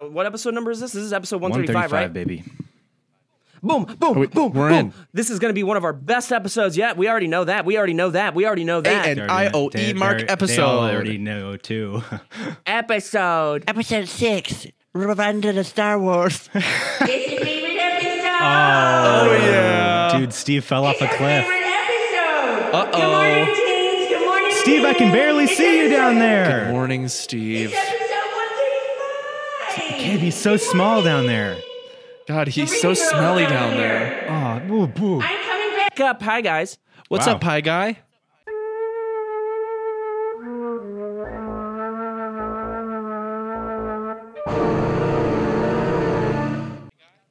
what episode number is this? This is episode 135, right? baby. Boom, boom, we- boom, we're boom. in. This is going to be one of our best episodes yet. We already know that. We already know that. We already know that. and- E IOE mark They all episode. already know too. episode. Episode 6 Revenge of the Star Wars. It's a favorite episode. Dude, Steve fell Oh, off Oh, It's a our cliff. favorite episode. Uh-oh. Good morning, teens. Good morning, Steve, I can teens. barely It's see you episode- down there. Morning, Steve. It's episode 135. Dude, he's so small down there. God, he's so smelly down there. Oh, boo, boo. I'm coming back. Back up. Hi, guys. What's Wow. up, pie guy?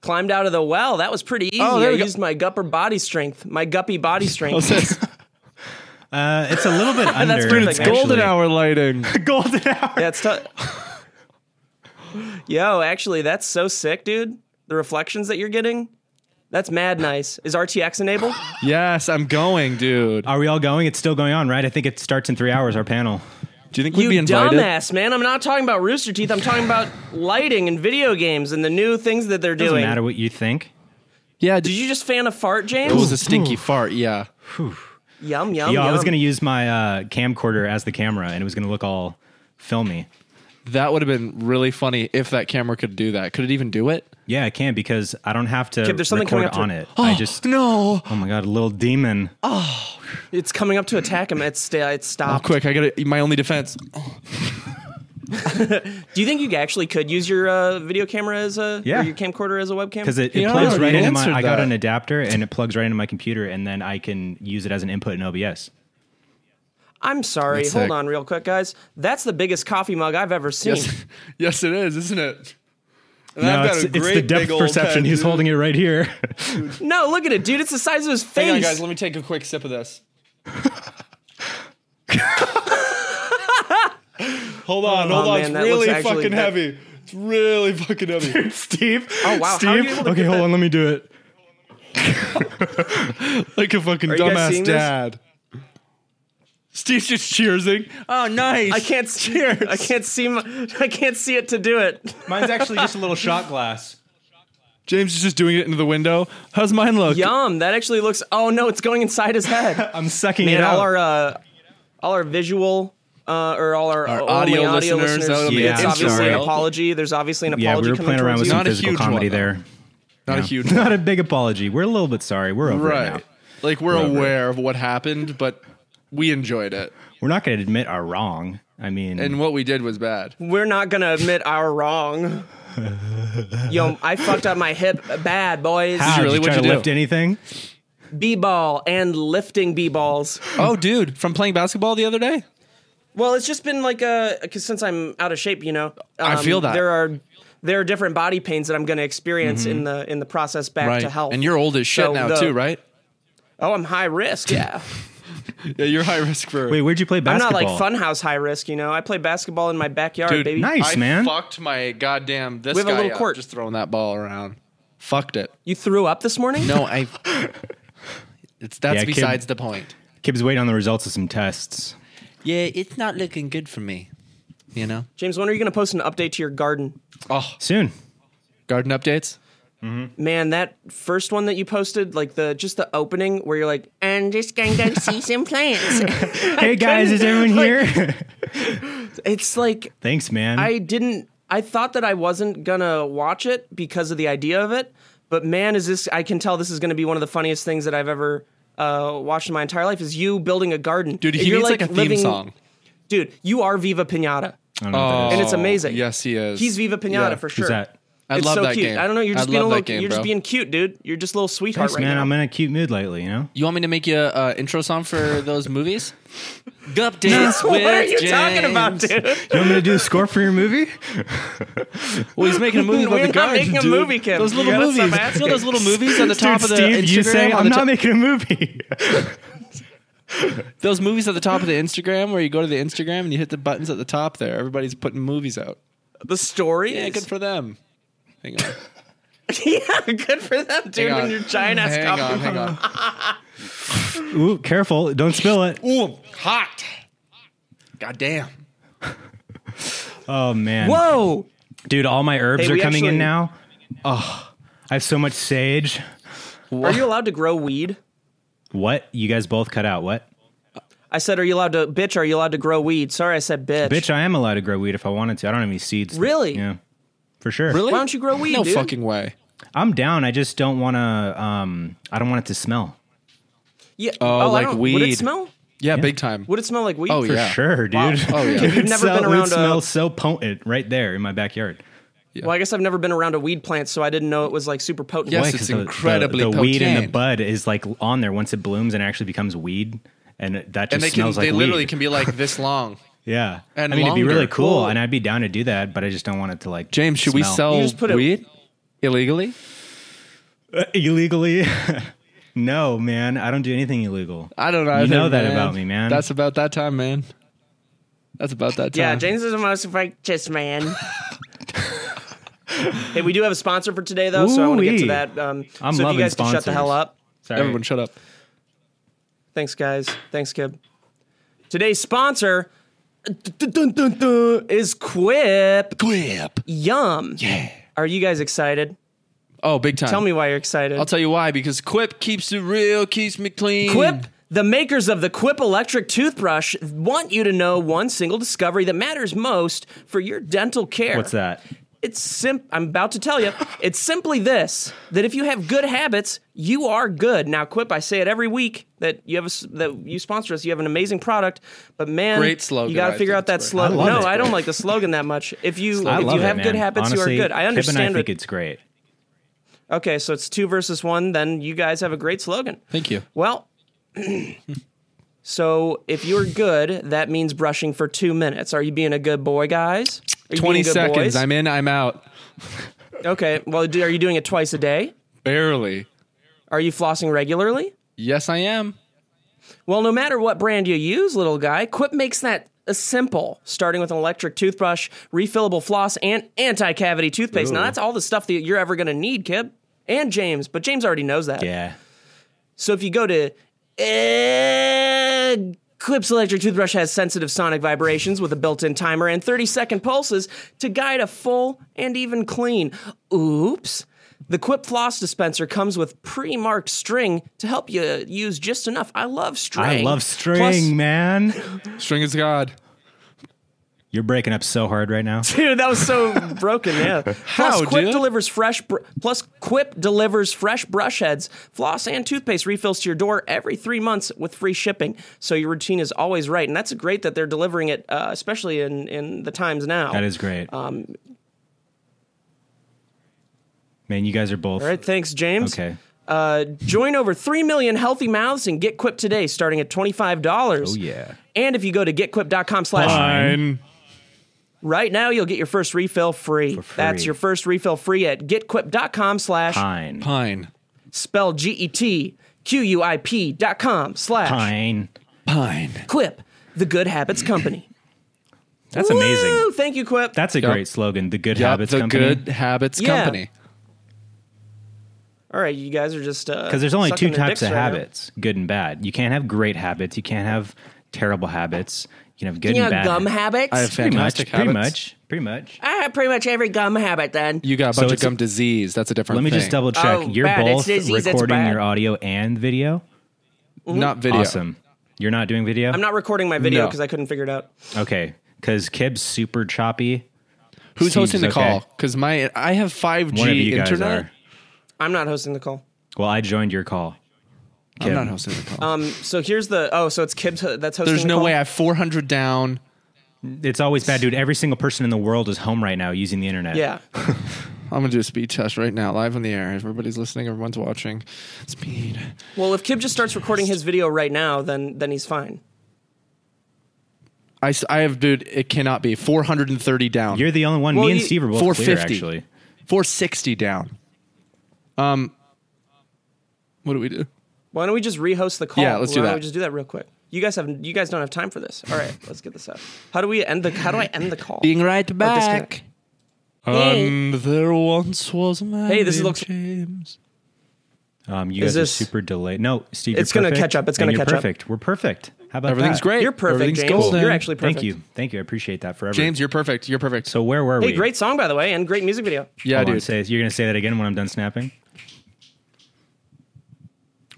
Climbed out of the well. That was pretty easy. Oh, there I we go. used my gupper body strength, my guppy body strength. It's Uh, it's a little bit under. That's perfect, It's actually. golden hour lighting. Golden hour. yeah, it's tough. Yo, actually, that's so sick, dude. The reflections that you're getting, that's mad nice. Is RTX enabled? Yes, I'm going, dude. Are we all going? It's still going on, right? I think it starts in three hours. Our panel. Do you think we'd you be invited? dumbass, man. I'm not talking about Rooster Teeth. I'm talking about lighting and video games and the new things that they're Doesn't doing. matter what you think. Yeah, Did you just fan a fart, James? it was a stinky fart. Yeah. yum yum. Yo, I was yum. gonna use my uh, camcorder as the camera, and it was gonna look all filmy. That would have been really funny if that camera could do that. Could it even do it? Yeah, I can because I don't have to. Kip, there's something coming record up to- on it. I just. No. Oh my god, a little demon. It's coming up to attack him. It's sta- it's Oh, stopped. quick, I got to my only defense. Oh. Do you think you actually could use your uh, video camera as a Yeah. or your camcorder as a webcam? because it, You it know, plugs you right into my. answered I got that. an adapter and it plugs right into my computer, and then I can use it as an input in OBS. I'm sorry. That's Hold sick. on, real quick, guys. That's the biggest coffee mug I've ever seen. Yes, yes, it is, isn't it? And no, it's, it's the depth big old perception. head, He's dude. holding it right here. No, look at it, dude. It's the size of his face. Hang on, guys. Let me take a quick sip of this. hold on, hold Oh, on. man, that it's looks really actually- fucking that- heavy. It's really fucking heavy. Steve. Oh, wow, how are you able to okay, get hold that- on. Let me do it. like a fucking you guys seeing dumbass this? dad. Steve's just cheersing. Oh, nice. I can't see. Cheers. I can't see. My, I can't see it to do it. Mine's actually just a little shot glass. James is just doing it into the window. How's mine look? Yum. That actually looks. Oh no, it's going inside his head. I'm sucking it And out. all our uh, all our visual. Uh, or all our, Our only audio listeners, that'll be yeah, it's I'm obviously sorry. an apology. There's obviously an apology. yeah, we were coming playing around towards with you. some Not a physical huge one, comedy though. there. Not a Yeah. huge Not a big apology. We're a little bit sorry. We're over it now. Right. Like, we're Whatever. aware of what happened, but we enjoyed it. We're not going to admit our wrong. I mean, And what we did was bad. We're not gonna admit our wrong. Yo, I fucked up my hip bad, boys. how, is really did you try what you to do. lift anything? B ball and lifting B balls. Oh, dude, from playing basketball the other day? Well, it's just been like a because since I'm out of shape, you know. um, I feel that. there are there are different body pains that I'm gonna experience in the in the process back to health. Mm-hmm. And you're old as shit So now, the- too, right? oh, I'm high risk. Yeah, Yeah, you're high risk for. Wait, where'd you play I'm not basketball? like funhouse high risk. You know, I play basketball in my backyard, Dude, baby. Nice, I man. fucked my goddamn this We have a guy little up, court. just throwing that ball around. Fucked it. You threw up this morning? No, I. It's that's Yeah, kid- besides the point. Kib's waiting on the results of some tests. Yeah, it's not looking good for me. You know. James, when are you gonna post an update to your garden? Oh, Soon. garden updates. Man, that first one that you posted, like the just the opening where you're like, I'm just going to go see some plants. Hey guys, is everyone here? it's like Thanks, man. I didn't. I thought that I wasn't gonna watch it because of the idea of it. But man, is this? I can tell this is gonna be one of the funniest things that I've ever uh, watched in my entire life. Is you building a garden, Dude, he You're needs like, a theme living- song. Dude, you are Viva Pinata, I don't know what that is. and it's amazing. Oh. Yes, he is. He's Viva Pinata Yeah. for sure. Who's that? I It's love so that cute. game. I don't know. You're just I being a love little. that game, you're just bro. being cute, dude. You're just a little sweetheart Thanks, right man. now. I'm in a cute mood lately, you know? You want me to make you a uh, intro song for those movies? Updates. what are you talking about, dude? You want me to do a score for your movie? Well, he's making a movie about We're the not garden, making a dude. movie, Kim. Those You little gotta movies. stop You know those asking. little movies on the top Dude, of the Steve, Instagram. you say on I'm the not to- making a movie. those movies at the top of the Instagram where you go to the Instagram and you hit the buttons at the top there. Everybody's putting movies out. The story. Yeah, good for them. Hang on. yeah, good for them, dude. Hang on. When your giant ass hang coffee. on, hang on. Ooh, careful. Don't spill it. Ooh, hot. God damn. Oh, man. Whoa! Dude, all my herbs Hey, are we coming actually- in now. Oh, I have so much sage. Are you allowed to grow weed? What? You guys both cut out. What? I said, are you allowed to, bitch, are you allowed to grow weed? Sorry, I said bitch. Bitch, I am allowed to grow weed if I wanted to. I don't have any seeds. Really? Yeah. For sure. Really? Why don't you grow weed, No dude? fucking way. I'm down. I just don't want to. Um, I don't want it to smell. Yeah. Oh, I like don't- Would it weed. smell? Yeah, big time. Would it smell like weed? Oh, For Yeah. sure, dude. Wow. Oh, yeah. Dude, You've it never smell- been it around a- smells so potent right there in my backyard. Well, I guess I've never been around a weed plant, so I didn't know it was like super potent. Yes, Why? it's 'Cause the- the- incredibly the, weed and the potent. bud is like on there once it blooms and actually becomes weed, and it, that just and they can smells like they literally weed. can be like this long. yeah, and I mean it'd be really longer. cool, Cool. and I'd be down to do that, but I just don't want it to like. James, should we smell. sell You just put it- weed illegally? Uh, illegally? no, man, I don't do anything illegal. I don't know. You either, know that man. about me, man. That's about that time, man. That's about that time. uh, Yeah, James is the most righteous man. hey, we do have a sponsor for today, though, so I want to get to Ooh-wee. that. Um, I'm so if loving you guys can shut the sponsors. hell up. Sorry. Everyone, shut up. Thanks, guys. Thanks, Kib. Today's sponsor dun, dun, dun, is Quip. Quip. Yum. Yeah. Are you guys excited? Oh, big time. Tell me why you're excited. I'll tell you why. Because Quip keeps it real, keeps me clean. Quip, the makers of the Quip electric toothbrush, want you to know one single discovery that matters most for your dental care. What's that? It's sim. I'm about to tell you. It's simply this: that if you have good habits, you are good. Now, Quip, I say it every week that you have a, s- that you sponsor us. You have an amazing product, but man, Great slogan, You got I to figure think out that it's great. I slogan. love No, it. I don't like the slogan that much. If you I if love you it, have good man. habits, Honestly, you are good. I Kip understand and I think it. it's great. Okay, so it's two versus one. Then you guys have a great slogan. Thank you. Well, so if you're good, that means brushing for two minutes. Are you being a good boy, guys? Are you Twenty being good seconds. boys? I'm in. I'm out. okay. Well, do, are you doing it twice a day? Barely. Are you flossing regularly? Yes, I am. Well, no matter what brand you use, little guy, Quip makes that uh, simple. Starting with an electric toothbrush, refillable floss, and anti-cavity toothpaste. Now that's all the stuff that you're ever going to need, Kip and James. But James already knows that. Yeah. So if you go to uh, Clips electric toothbrush has sensitive sonic vibrations with a built-in timer and 30-second pulses to guide a full and even clean. Oops. The Quip floss dispenser comes with pre-marked string to help you use just enough. I love string. I love string, Plus- man. String is God. You're breaking up so hard right now. Dude, that was so broken. Yeah. plus, How, Quip dude? delivers fresh. Br- plus, Quip delivers fresh brush heads, floss, and toothpaste refills to your door every three months with free shipping. So your routine is always right, and that's great that they're delivering it, uh, especially in in the times now. That is great. Um, man, you guys are both All right. Thanks, James. okay. Uh, join over 3 million healthy mouths and get Quip today, starting at $25. Oh yeah. And if you go to getquip.com slash Fine. right now, you'll get your first refill free. free. That's your first refill free at getquip.com slash Pine. Pine. spell G E T Q U I P dot com slash Pine. Pine. Quip, the Good Habits Company. That's Woo! amazing. Thank you, Quip. That's a Yup. great slogan. The Good Yup, Habits the Company. Good Habits Yeah. Company. All right, you guys are just uh, because Because there's only two types of habits, good and bad. You can't have great habits. You can't have terrible habits. You can have good You know, and bad. gum habits. habits. I have Pretty much. fantastic Pretty habits. much. Pretty much. I have pretty much every gum habit. Then You got a So bunch of it's- gum disease. That's a different. Let me just thing. double check. Oh, You're bad. It's both disease. It's recording bad. your audio and video. Mm-hmm. Not video. Awesome. You're not doing video. I'm not recording my video No. because I couldn't figure it out. Okay, because Kib's super choppy. Who's Seems hosting the okay. call? Because my I have five One of G you guys internet. are. I'm not hosting the call. Well, I joined your call. I'm not hosting the call. Um, so here's the oh, so it's Kib ho- that's hosting. There's the no call? way I have 400 down. It's always bad, dude. Every single person in the world is home right now using the internet. yeah, I'm gonna do a speed test right now, live on the air. Everybody's listening. Everyone's watching. Speed. well, if Kib just starts recording his video right now, then then he's fine. I, s- I have dude. It cannot be 430 down. You're the only one. Well, Me and you- Steve are both clear, 450. actually. 460 down. Um. What do we do? Why don't we just rehost the call? Yeah, let's do Why that. Don't we just do that real quick. You guys have you guys don't have time for this. All right, let's get this up. How do we end the How do I end the call? Being right disconnect. back. And there once was a man. Hey, this named looks- James. Um, you Is guys this- are super delayed. No, Steve, It's you're gonna perfect, catch up. It's and gonna you're catch up. perfect. We're perfect. How about Everything's that? great. You're perfect, Everything's James. Cool. You're actually perfect. Thank you, thank you. I appreciate that forever. James, you're perfect. You're perfect. so where were we? Hey, great song by the way, and great music video. yeah, Hold on, dude. say- you're gonna say that again when I'm done snapping.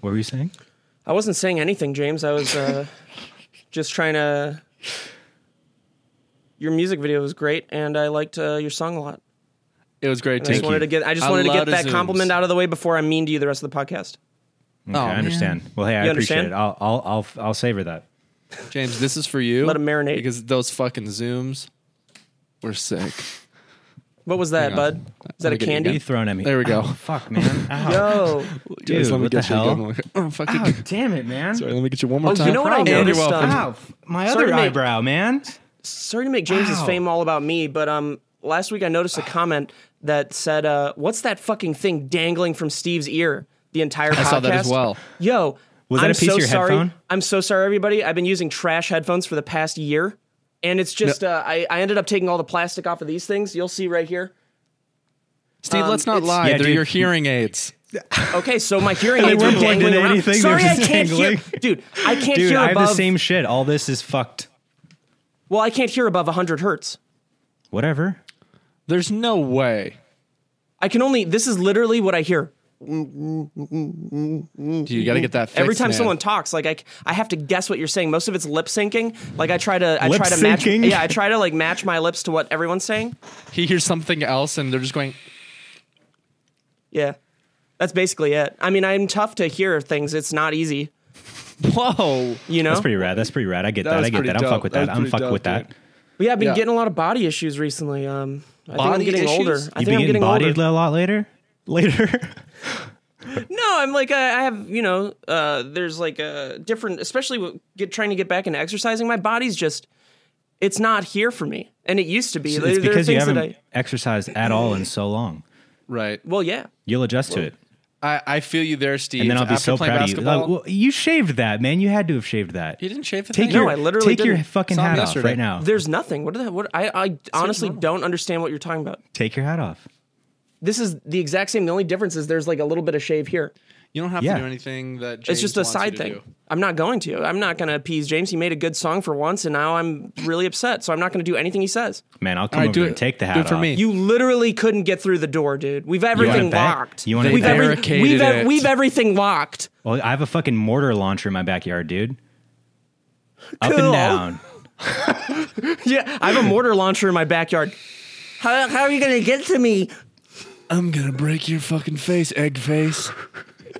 What were you saying? I wasn't saying anything, James. I was uh, just trying to. Your music video was great, and I liked uh, your song a lot. It was great. I Too. just wanted to get I just wanted to A get lot of that zooms. compliment out of the way before I'm mean to you the rest of the podcast. Okay, I Oh, man. understand. Well, hey, I You appreciate understand? it. I'll, I'll, I'll, I'll savor that. James, this is for you. Let 'em marinate. because those fucking zooms were sick. What was that, on. bud? Is that a What Let me get you are you candy? Oh. throwing at me? There we go. Ow, fuck, man. Oh, Ow. Yo, Dude, Guys, let me what get the you hell? again. Like, oh, fucking. Ow, damn it, man. Sorry, let me get you one more Oh, you time. know what I And you're noticed uh, welcome. on- Ow, my Sorry other to make- eyebrow, man. sorry to make James's Ow. fame all about me, but um, last week I noticed a comment that said, uh, "What's that fucking thing dangling from Steve's ear?" The entire I podcast. saw that as well. Yo, Was that I'm a piece so of your sorry. headphone? I'm so sorry, everybody. I've been using trash headphones for the past year, and it's just uh, I, I ended up taking all the plastic off of these things. You'll see right here. Steve, let's not it's- lie. Yeah, They're dude. your hearing aids. Okay, so my hearing aids were weren't plugged dangling into around. anything, they Sorry, were I just can't hear, dangling. dude. I can't Dude, hear I have above. the same shit. All this is fucked. Well, I can't hear above 100 hertz. Whatever. There's no way. I can only. This is literally what I hear. Dude, you got to get that fixed. Every time man. someone talks, like I, c- I have to guess what you're saying. Most of it's lip syncing. Like I try to, I try to match. Lip-syncing? Yeah, I try to like match my lips to what everyone's saying. he hears something else and they're just going, Yeah, that's basically it. I mean, I'm tough to hear things. It's not easy. "Whoa!" You know. That's pretty rad. That's pretty rad. I get Oh. That that. was I get pretty that. I'm dope. fuck with That was that. I'm pretty fuck dope, with that. dude. But yeah, I've been Yeah. getting a lot of body issues recently. Um, I think I'm Body getting older. issues? I think You be I'm getting getting bodied older. a lot later. Later. No, I'm like I, I have you know. Uh, there's like a different, especially with get, trying to get back into exercising. My body's just, it's not here for me, and it used to be. There- it's there are because you things that haven't I- exercised at all in so long. Right. Well, yeah. You'll adjust to it, I, I feel you there, Steve. and then I'll be After so playing proud of you. basketball, Like, well, you shaved that, man. You had to have shaved that. he didn't shave the Take thing. your, No, I literally take your didn't. fucking Saw him hat off yesterday. right now. There's nothing. What are that? What I I honestly don't understand what you're talking about. Take your hat off. This is the exact same. The only difference is there's like a little bit of shave here. You don't have Yeah. to do anything that. It's James just a wants you side to thing. do. I'm not going to. I'm not going to appease James. He made a good song for once, and now I'm really upset. So I'm not going to do anything he says. Man, I'll come All right, over do here it. and take the Do hat it for off. me. You literally couldn't get through the door, dude. We've everything back- locked. you want it we've back? Barricaded we've, it. we've everything locked. Well, I have a fucking mortar launcher in my backyard, dude. Up Cool. and down. Yeah, I have a mortar launcher in my backyard. How, how are you going to get to me? I'm gonna break your fucking face, egg face.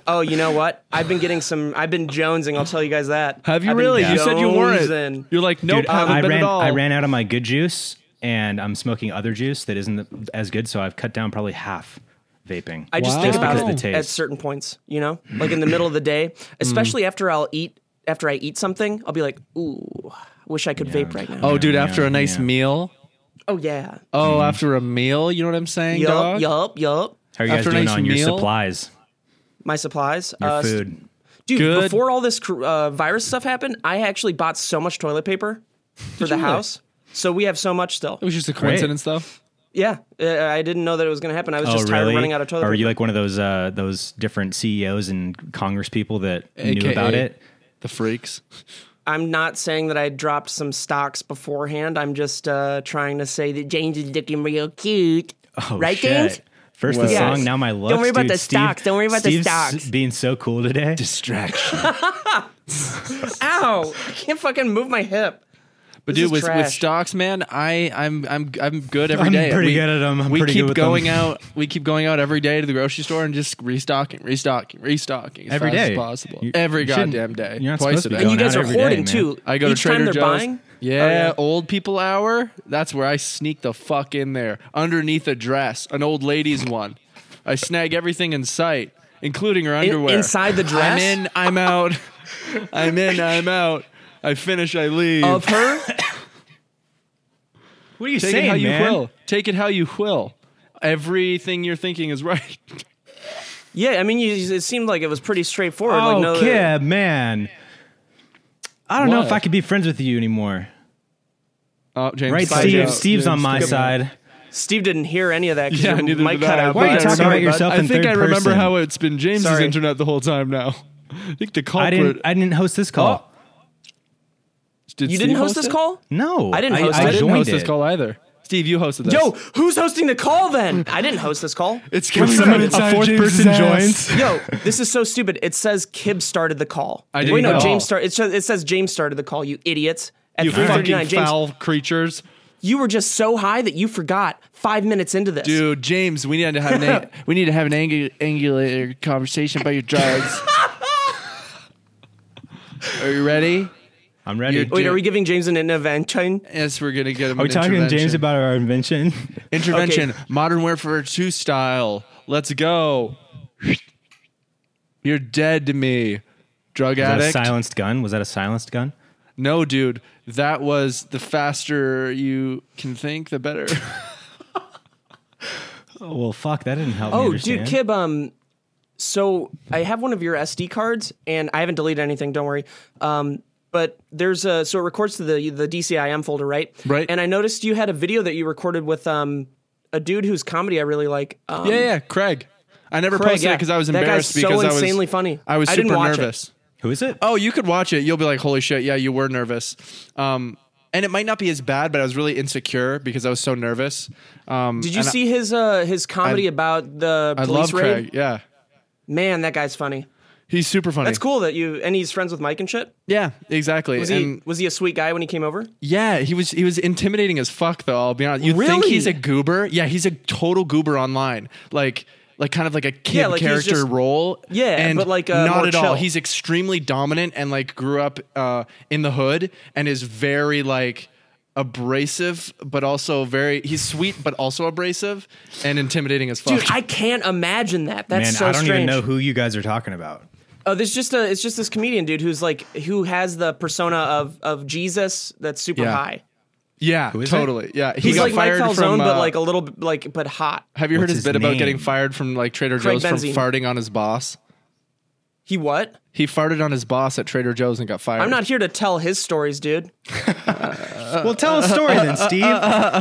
Oh, you know what? I've been getting some. I've been jonesing. I'll tell you guys that. Have you I've been really? You said you jonesing. weren't. You're like, nope, Dude, haven't I been ran at all. I ran out of my good juice and I'm smoking other juice that isn't as good, so I've cut down probably half vaping. I just think Just about because it of the taste. Mm. at certain points, you know, like in the middle of the day, especially after I'll eat after I eat something, I'll be like, "Ooh, wish I could vape right now." Oh, dude, Yeah, after a nice yeah. Mm-hmm. meal. Oh, yeah, Oh, after a meal, you know what I'm saying, yup, dog? yup, yup. How are you guys after a doing nice on your meal- supplies, My supplies, your uh, food? dude. Good. Before all this cr- uh, virus stuff happened, I actually bought so much toilet paper for the house, so we have so much still. It was just a coincidence, though. Yeah, uh, I didn't know that it was going to happen. I was Oh, just tired really? of running out of toilet Are paper. you like one of those uh, those different CEOs and Congress people that knew AKA. about it? The freaks. I'm not saying that I dropped some stocks beforehand. I'm just uh, trying to say that James is looking real cute. Oh, right, shit. James? First the Yes. song, now my looks. worry about Dude, the Steve- stocks. Don't worry about the Steve's stocks. Being so cool today. Distraction. Ow! I can't fucking move my hip. But This dude, is with, with trash. stocks, man, I I'm I'm I'm good every I'm day. pretty We- good at 'em. I'm we pretty keep good with going 'em. out. We keep going out every day to the grocery store and just restocking, restocking, restocking as Every fast day. as possible. You- every you shouldn't- goddamn day. you're not twice supposed to a be day. And you going guys out are every day, hoarding man. too. I go Each to Trader time they're Joe's. buying. Yeah, Oh, yeah. old people hour. That's where I sneak the fuck in there underneath a dress, an old lady's one. I snag everything in sight, including her In- underwear. inside the dress I'm in. I'm out. I'm in. I'm out. I finish. I leave. of her. What are you Take saying, it how you man? will. Take it how you will. Everything you're thinking is right. Yeah, I mean, you, it seemed like it was pretty straightforward. Oh, like, no, okay, Oh, man. I don't know if What? I could be friends with you anymore. Oh, James, Right, side Steve. note. Steve's on James, my come side. Steve didn't hear any of that. 'cause Yeah, your neither mic did cut I. out. Why are you bud. talking Sorry, about bud. yourself? on. I in think third I remember person. how it's been James's Sorry. internet the whole time now. I think the I culprit. Oh. didn't. I didn't host this call. Did You Steve didn't host host this it? call? No, I didn't host I, I didn't joined host it. this call either. Steve, you hosted this. Yo, who's hosting the call then? I didn't host this call. it's coming someone from inside inside. a fourth James's person ass. joins. Yo, this is so stupid. It says Kib started the call. I didn't Wait, no, know. James started. It, says- it says James started the call. You idiots. At You three thirty fucking nine, James, foul creatures. you were just so high that you forgot five minutes into this. Dude, James, we need to have an ang- we need to have an angu- angular conversation about your drugs. Are you ready? I'm ready. You're- Wait, are we giving James an intervention? Yes, we're gonna get him. Are we an talking to James intervention. about our invention? intervention? Modern Warfare Two style. Let's go. You're dead to me, drug Was that a addict. silenced gun? Was that a silenced gun? No, dude, that was the faster you can think, the better. Oh, well, fuck, that didn't help. me Oh, dude, understand. Kib, um, so I have one of your SD cards, and I haven't deleted anything. Don't worry. Um, but there's a so it records to the the DCIM folder, right? Right. And I noticed you had a video that you recorded with um a dude whose comedy I really like. Um, yeah, yeah, Craig. I never Craig, posted yeah. it because I was That guy's embarrassed so because I insanely was funny. I was I super didn't watch it. nervous. Who is it? Oh, you could watch it. You'll be like, holy shit, yeah, you were nervous. Um, and it might not be as bad, but I was really insecure because I was so nervous. Um, Did you and I- see his uh his comedy about the I, police love raid? Craig. Yeah, Man, that guy's funny. he's super funny. That's cool that you and he's friends with Mike and shit. Yeah, exactly. Was and he was he a sweet guy when he came over? yeah, he was he was intimidating as fuck though. I'll be honest. You think Really? he's a goober? Yeah, he's a total goober online. Like. Like kind of like a kid Yeah, like he's character just- role, Yeah, and but like, uh, not more at all. chill. He's extremely dominant and like grew up uh, in the hood and is very like abrasive, but also very he's sweet, but also abrasive and intimidating as fuck. Dude, I can't imagine that. That's Man, so I don't strange. even know who you guys are talking about. Oh, there's just a it's just this comedian dude who's like who has the persona of of Jesus that's super Yeah. high. yeah, is totally. Yeah, he He's got like Mike fired Falzone, from. but uh, like a little bit like but hot. have you heard What's his, his bit about getting name? fired from like Trader Craig Joe's from Benzine. farting on his boss? He what? He farted on his boss at Trader Joe's and got fired. I'm not here to tell his stories, dude. Uh, well, tell a story then, Steve.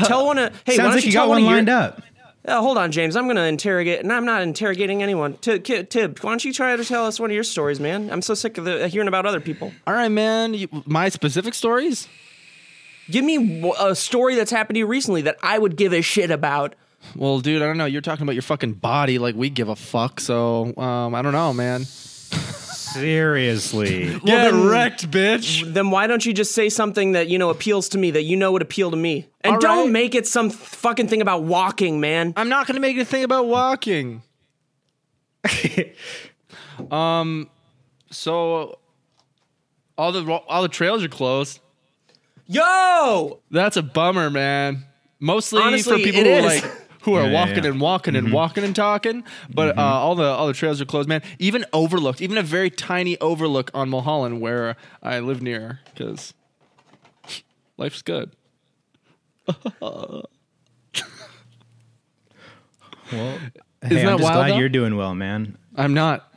tell one of hey, why Sounds don't like you tell got one of your- lined up. Uh, hold on, James. I'm gonna interrogate, and I'm not interrogating anyone. T- Ki- Tib, why don't you try to tell us one of your stories, man? I'm so sick of the, hearing about other people. All right, man. You, my specific stories. Give me w- a story that's happened to you recently that I would give a shit about. Well, dude, I don't know. You're talking about your fucking body, like we give a fuck. So, um, I don't know, man. Seriously. Get then- wrecked, bitch. Then why don't you just say something that you know appeals to me, that you know would appeal to me, and All don't right. make it some th- fucking thing about walking, man. I'm not gonna make a thing about walking. um, Um, so all the all the trails are closed. Yo, That's a bummer, man. Mostly Honestly, for people it who is. are like who are Yeah, Mm-hmm. yeah, walking yeah. and walking and walking and talking, but uh, all the all the trails are closed, man. Even overlooked, even a very tiny overlook on Mulholland where I live near, because life's good. Well, Isn't hey, that I'm just wild, glad though? you're doing well, man. I'm not.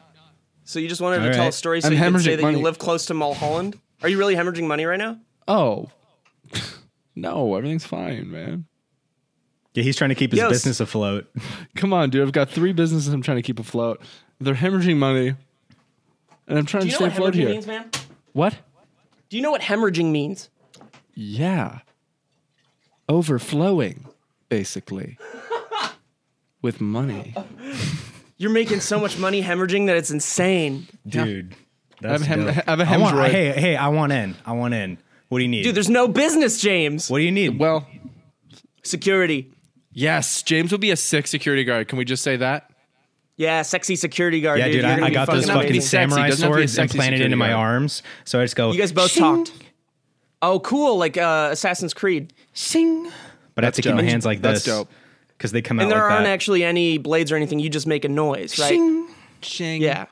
so you just wanted to All tell a right. story so I'm you could say hemorrhaging that money. you live close to Mulholland? Are you really hemorrhaging money right now? Oh no, everything's fine, man. Yeah, he's trying to keep his Yo, s- business afloat. Come on, dude. I've got three businesses I'm trying to keep afloat. They're hemorrhaging money, and I'm trying Do to you stay know what afloat hemorrhaging here. means, man? What? Do you know what hemorrhaging means? Yeah. Overflowing, basically, with money. You're making so much money hemorrhaging that it's insane. Dude. That's I have a hem- dope. I have a I want- hemorrhoid. Hey, hey, I want in. I want in. What do you need? Dude, there's no business, James. what do you need? Well, Security. yes, James will be a sick security guard. Can we just say that? Yeah, sexy security guard. yeah, dude, dude, You're gonna I, I be got those fucking fucking amazing. sexy. samurai Doesn't have to be a swords sexy implanted security into my guard. arms. So I just go. You guys both talked. Oh, cool. Like uh, Assassin's Creed. Sing. But I have to keep my dope. hands like That's this. dope. Because they come out And there like aren't that. actually any blades or anything. You just make a noise, right? Shing. Yeah.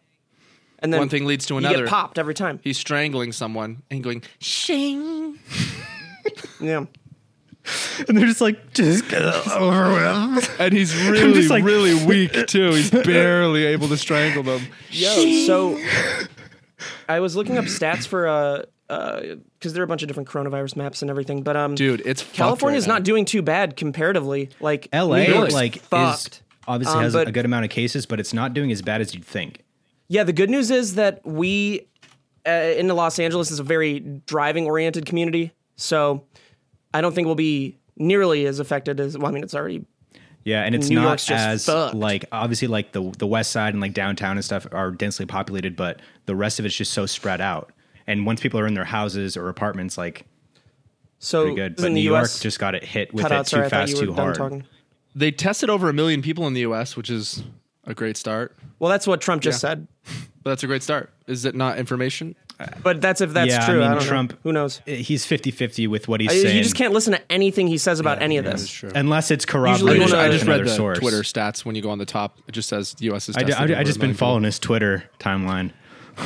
And then One thing leads to you another. get popped every time. He's strangling someone and going, shing. Yeah. and they're just like, just get it over with. And he's really, just like- really weak, too. He's barely able to strangle them. Yo, so I was looking up stats for uh uh because there are a bunch of different coronavirus maps and everything, but um Dude, it's fucked California's right not doing too bad comparatively. Like LA New York's like fucked. is obviously Um, has but- a good amount of cases, but it's not doing as bad as you'd think. Yeah, the good news is that we uh, in Los Angeles is a very driving oriented community, so I don't think we'll be nearly as affected as well. I mean, it's already Yeah, and it's New not York's just as fucked. like obviously like the the west side and like downtown and stuff are densely populated, but the rest of it's just so spread out. And once people are in their houses or apartments, like so pretty good. in But the New York US, just got it hit with cut it out. Sorry, too I thought fast, you were too done hard. talking. They tested over a million people in the U.S., which is a great start. Well, that's what Trump just Yeah. said, But that's a great start. Is it not information? but that's if that's yeah, true. I mean don't know. Trump. eh, Who knows? He's 50-50 with what he's I- saying. You just can't listen to anything he says about any of this. true. unless it's I I corroborated Usually just, wanna- by I wanna- just read another the source. Twitter stats. When you go on the top, it just says the U.S. is. I, d- tested I, d- I over a just been million following his Twitter timeline.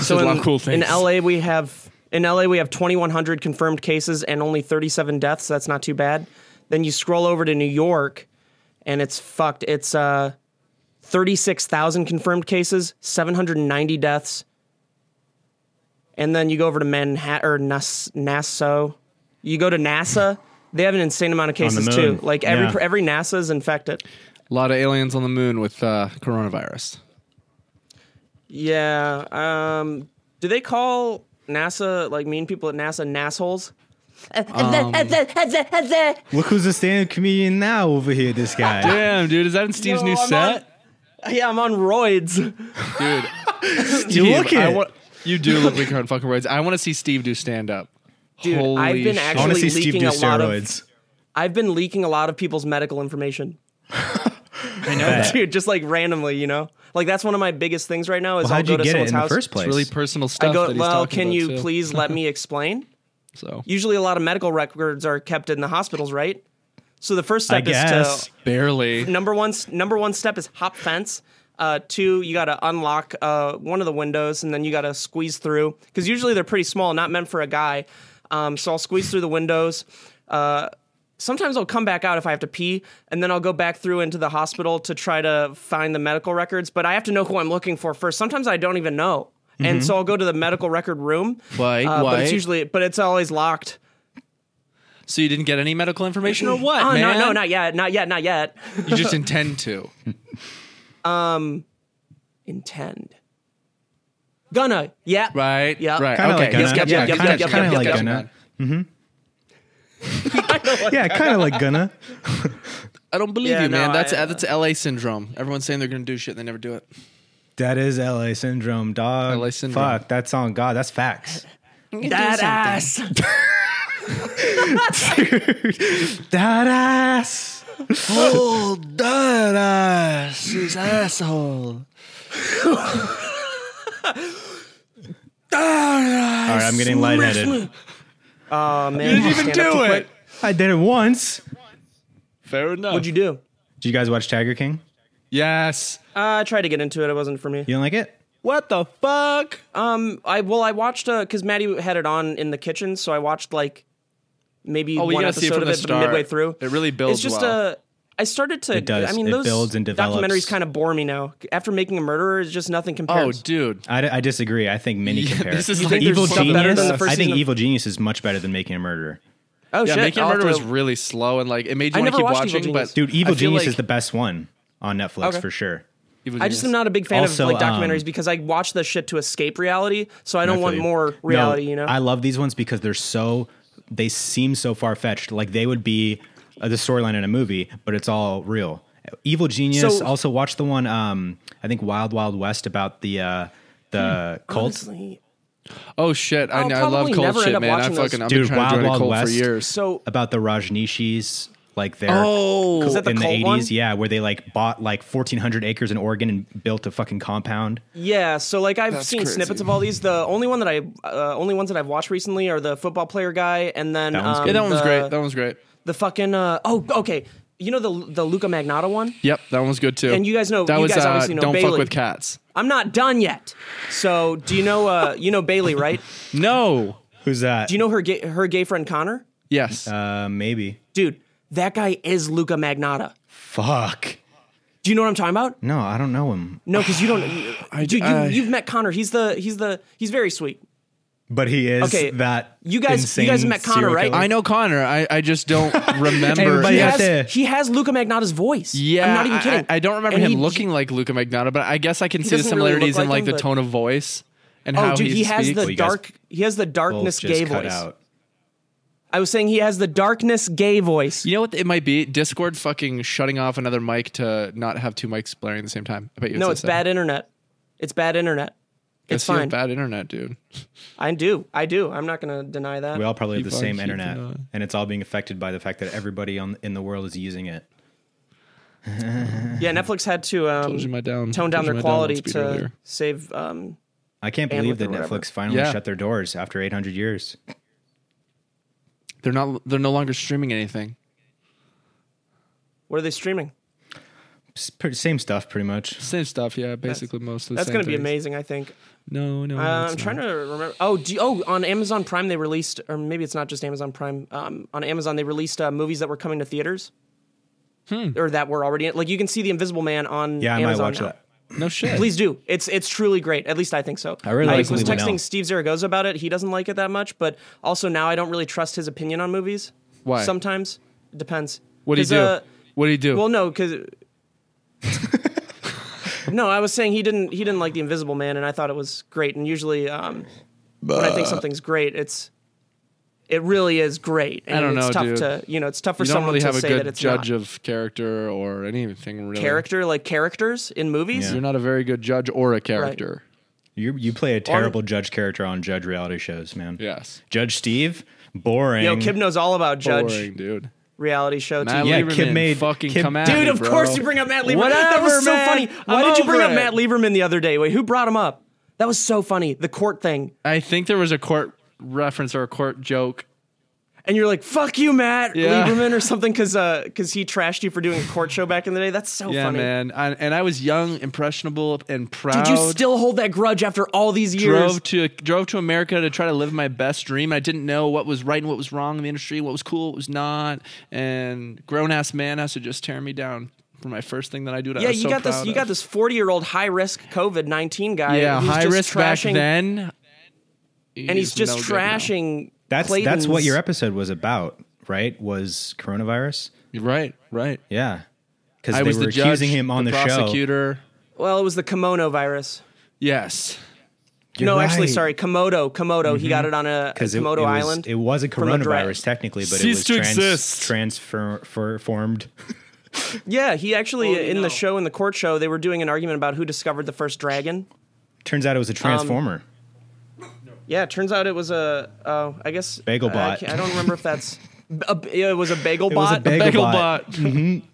So a in, lot of cool in things. LA we have in LA we have 2100 confirmed cases and only 37 deaths. That's not too bad. Then you scroll over to New York and it's fucked. It's uh 36,000 confirmed cases, 790 deaths. And then you go over to Manhattan or Nas- Nassau. You go to NASA, they have an insane amount of the cases moon. too. Like every Yeah. every NASA is infected. people. A lot of aliens on the moon with uh, coronavirus. Yeah. Um, do they call NASA like mean people at NASA nassholes? Look who's a stand-up comedian now over here. This guy. Damn, dude, is that in Steve's No, new I'm set? Yeah, I'm on roids. Dude, you look I at. wa- you do look like her in fucking words. I want to see Steve do stand up. Dude, Holy I've been shit. I want to actually see Steve leaking do a lot of- steroids. I've been leaking a lot of people's medical information. I know, dude. Just like randomly, you know. Like that's one of my biggest things right now is I'll How'd go you to get it someone's in house. the first It's place? really personal stuff. I go, that he's well, talking can about, you too." please let me explain? So Usually, a lot of medical records are kept in the hospitals, right? So the first I step is guess. to barely. number one number one step is hop fence. Uh, two, you got to unlock uh, one of the windows, and then you got to squeeze through because usually they're pretty small, not meant for a guy. Um, so I'll squeeze through the windows. Uh, sometimes I'll come back out if I have to pee, and then I'll go back through into the hospital to try to find the medical records. But I have to know who I'm looking for first. Sometimes I don't even know, and so I'll go to the medical record room. Mm-hmm. Why? Uh, But Why? it's usually, but it's always locked. So you didn't get any medical information or what? Oh no, man? no, not yet, not yet, not yet. You just intend to. Intend. Gonna, yeah, Right? Yeah. Right. Kinda okay. like Gunna. Yes, Yeah, gotcha, kinda- gotcha, kinda gotcha, like gotcha. Gunna. Yeah, kind of like Gunna. I don't believe Yeah, you, man. no, that's I, uh, that's LA syndrome. Everyone's saying they're gonna do shit and they never do it. That is LA syndrome, dog. LA syndrome. Fuck, that's on God. That's facts. That ass. That ass. Oh, that ass, this asshole. All right, I'm getting lightheaded. Oh man, you Even stand up too do quick. it. I did it once. Fair enough. What'd you do? Did you guys watch Tiger King? yes. Uh, I tried to get into it. It wasn't for me. You don't like it? What the fuck? Um, I well, I watched because Maddie had it on in the kitchen, so I watched like maybe Oh, one well, you gotta episode see it from of the it, but midway start. through, It really builds It's just well. uh, I started to. It does. I mean, It those builds and develops. documentaries kind of bore me now. After making a murderer, it's just nothing Oh, compares. dude. I, I disagree. I think many Yeah, compare. this is You like think evil there's something better genius. than the first I think season of- evil genius is much better than making a murderer. Oh, Yeah, shit! Making a I'll have Murder to- was really slow and like it made I you want never to keep watched watching, Evil Genius. but Dude, evil I feel genius like is the best one on Netflix Okay. for sure. Evil I just am Genius. not a big fan Also, of like um, documentaries because I watch the shit to escape reality, so I don't want feel you. more No, reality. you know, I love these ones because they're so they seem so far fetched. Like they would be uh, the storyline in a movie, but it's all real. Evil Genius. So- also watch the one um I think Wild Wild West about the uh the cults. Hmm, honestly. Oh shit! I, I'll know, I love probably cold never end shit, up man. I watching those. fucking I've been Dude, trying Wild to join a Wild cult for West. years. So about the Rajneeshis, like their Oh. Is that the in the cult eighties, one? yeah, where they like bought like fourteen hundred acres in Oregon and built a fucking compound. Yeah, so like I've seen crazy. snippets of all these. The only one that I, uh, only ones that I've watched recently are the football player guy, and then That one's um, good. yeah, that one was the- great. That one was great. The fucking uh, oh, okay, you know the the Luca Magnotta one. Yep, that one was good too. And you guys know- that you was guys uh, obviously know don't fuck Bailey. with cats. I'm not done yet. So do you know uh, you know Bailey, right? No. Who's that? Do you know her gay, her gay friend Connor? Yes. uh, maybe. Dude, that guy is Luca Magnotta. Fuck. Do you know what I'm talking about? No, I don't know him, No, because you don't. You, dude, you, I- you've met Connor. He's the he's the he's very sweet. but he is Okay, that. you guys- you insane guys met Connor, serial right? killer. I know Connor. I, I just don't remember. Everybody He Yeah, has, there. he has Luca Magnotta's voice. Yeah, I'm not even I- kidding. I, I don't remember And him he- looking like Luca Magnotta, but I guess I can see the doesn't really look similarities in like like him, the but- tone of voice and Oh, how dude, he, he, has speaks. the Well, you guys dark. He has the Both darkness just gay cut voice. out. I was saying he has the darkness gay voice. You know what it might be? Discord fucking shutting off another mic to not have two mics blaring at the same time. I bet you. no, that it's sad. bad internet. It's bad internet. Guess It's you have fine. Bad internet, dude. I do. I do. I'm not going to deny that. We all probably have the Keep on same keeping internet, on. and it's all being affected by the fact that everybody on in the world is using it. yeah, Netflix had to um, Told you my down- tone down their told you my download quality speed to earlier. save. Um, I can't believe Bandwidth that or whatever. Netflix finally Yeah. shut their doors after 800 years. They're not. They're no longer streaming anything. what are they streaming? S- pretty- Same stuff, pretty much. Same stuff. Yeah, basically most of the That's going to be amazing. I think. No, no. Uh, I'm trying to remember. Oh, do you- oh, on Amazon Prime they released, or maybe it's not just Amazon Prime. Um, on Amazon they released uh, movies that were coming to theaters, or that were already in, like you can see The Invisible Man on Hmm. Yeah, I Amazon might watch now. that. No shit. Please do. It's it's truly great. At least I think so. I really like was Lee texting Whannell. Steve Zaragoza about it. He doesn't like it that much, but also now I don't really trust his opinion on movies. Why? Sometimes it depends. What do you 'Cause, do? uh, what do you do? well, no, because no, I was saying he didn't he didn't like the Invisible Man, and I thought it was great. And usually, um, when I think something's great, it's it really is great. And I don't it's know, tough dude. to you know it's tough for you don't someone really to have a say that good it's judge not of character or anything really. character like characters in movies. Yeah. You're not a very good judge or a character. You you play a terrible judge character on judge reality shows, man. Yes. Judge Steve, boring. Yo, Kib knows all about judge Boring, dude. reality show. Matt too. Yeah, Lieberman, Kid made- fucking Kid- come at Dude, Dude, me, of bro. course you bring up Matt Lieberman. that Whatever, was so man. funny. Why I'm did you bring over up it. Matt Lieberman the other day? Wait, who brought him up? That was so funny. The court thing. I think there was a court reference or a court joke. and you're like, "Fuck you, Matt Yeah. Lieberman" or something, because because he trashed you for doing a court show back in the day. That's so Yeah, funny. man. I, and I was young, impressionable, and proud. Did you still hold that grudge after all these years? drove to drove to America to try to live my best dream. I didn't know what was right and what was wrong in the industry, what was cool, what was not. And grown ass man has to just tear me down for my first thing that I do. That I yeah, was you so got this. proud You of. got this forty year old high risk COVID nineteen guy. Yeah, who's high just risk trashing, back then, and he's just no good now. trashing. that's that's what Clayton's- your episode was about, right? Was coronavirus? You're Right, right. Yeah, because I they was were the judge, accusing him on the, show. prosecutor. Well, it was the kimono virus. Yes, You're no, actually, right. Mm-hmm. sorry, Komodo. Komodo. He got it on a, a 'Cause it, Komodo it was, island. It was a from a dra- coronavirus technically, but Cease it to was exist. trans, transformed. yeah, he actually in no. the show in the court show they were doing an argument about who discovered the first dragon. Turns out it was a Um, transformer. Yeah, it turns out it was a. Oh, I guess Bagel I- I, bot. can't- I don't remember if that's. A, yeah, it was a bagel was a bot. bagel- Bagel bot. bot.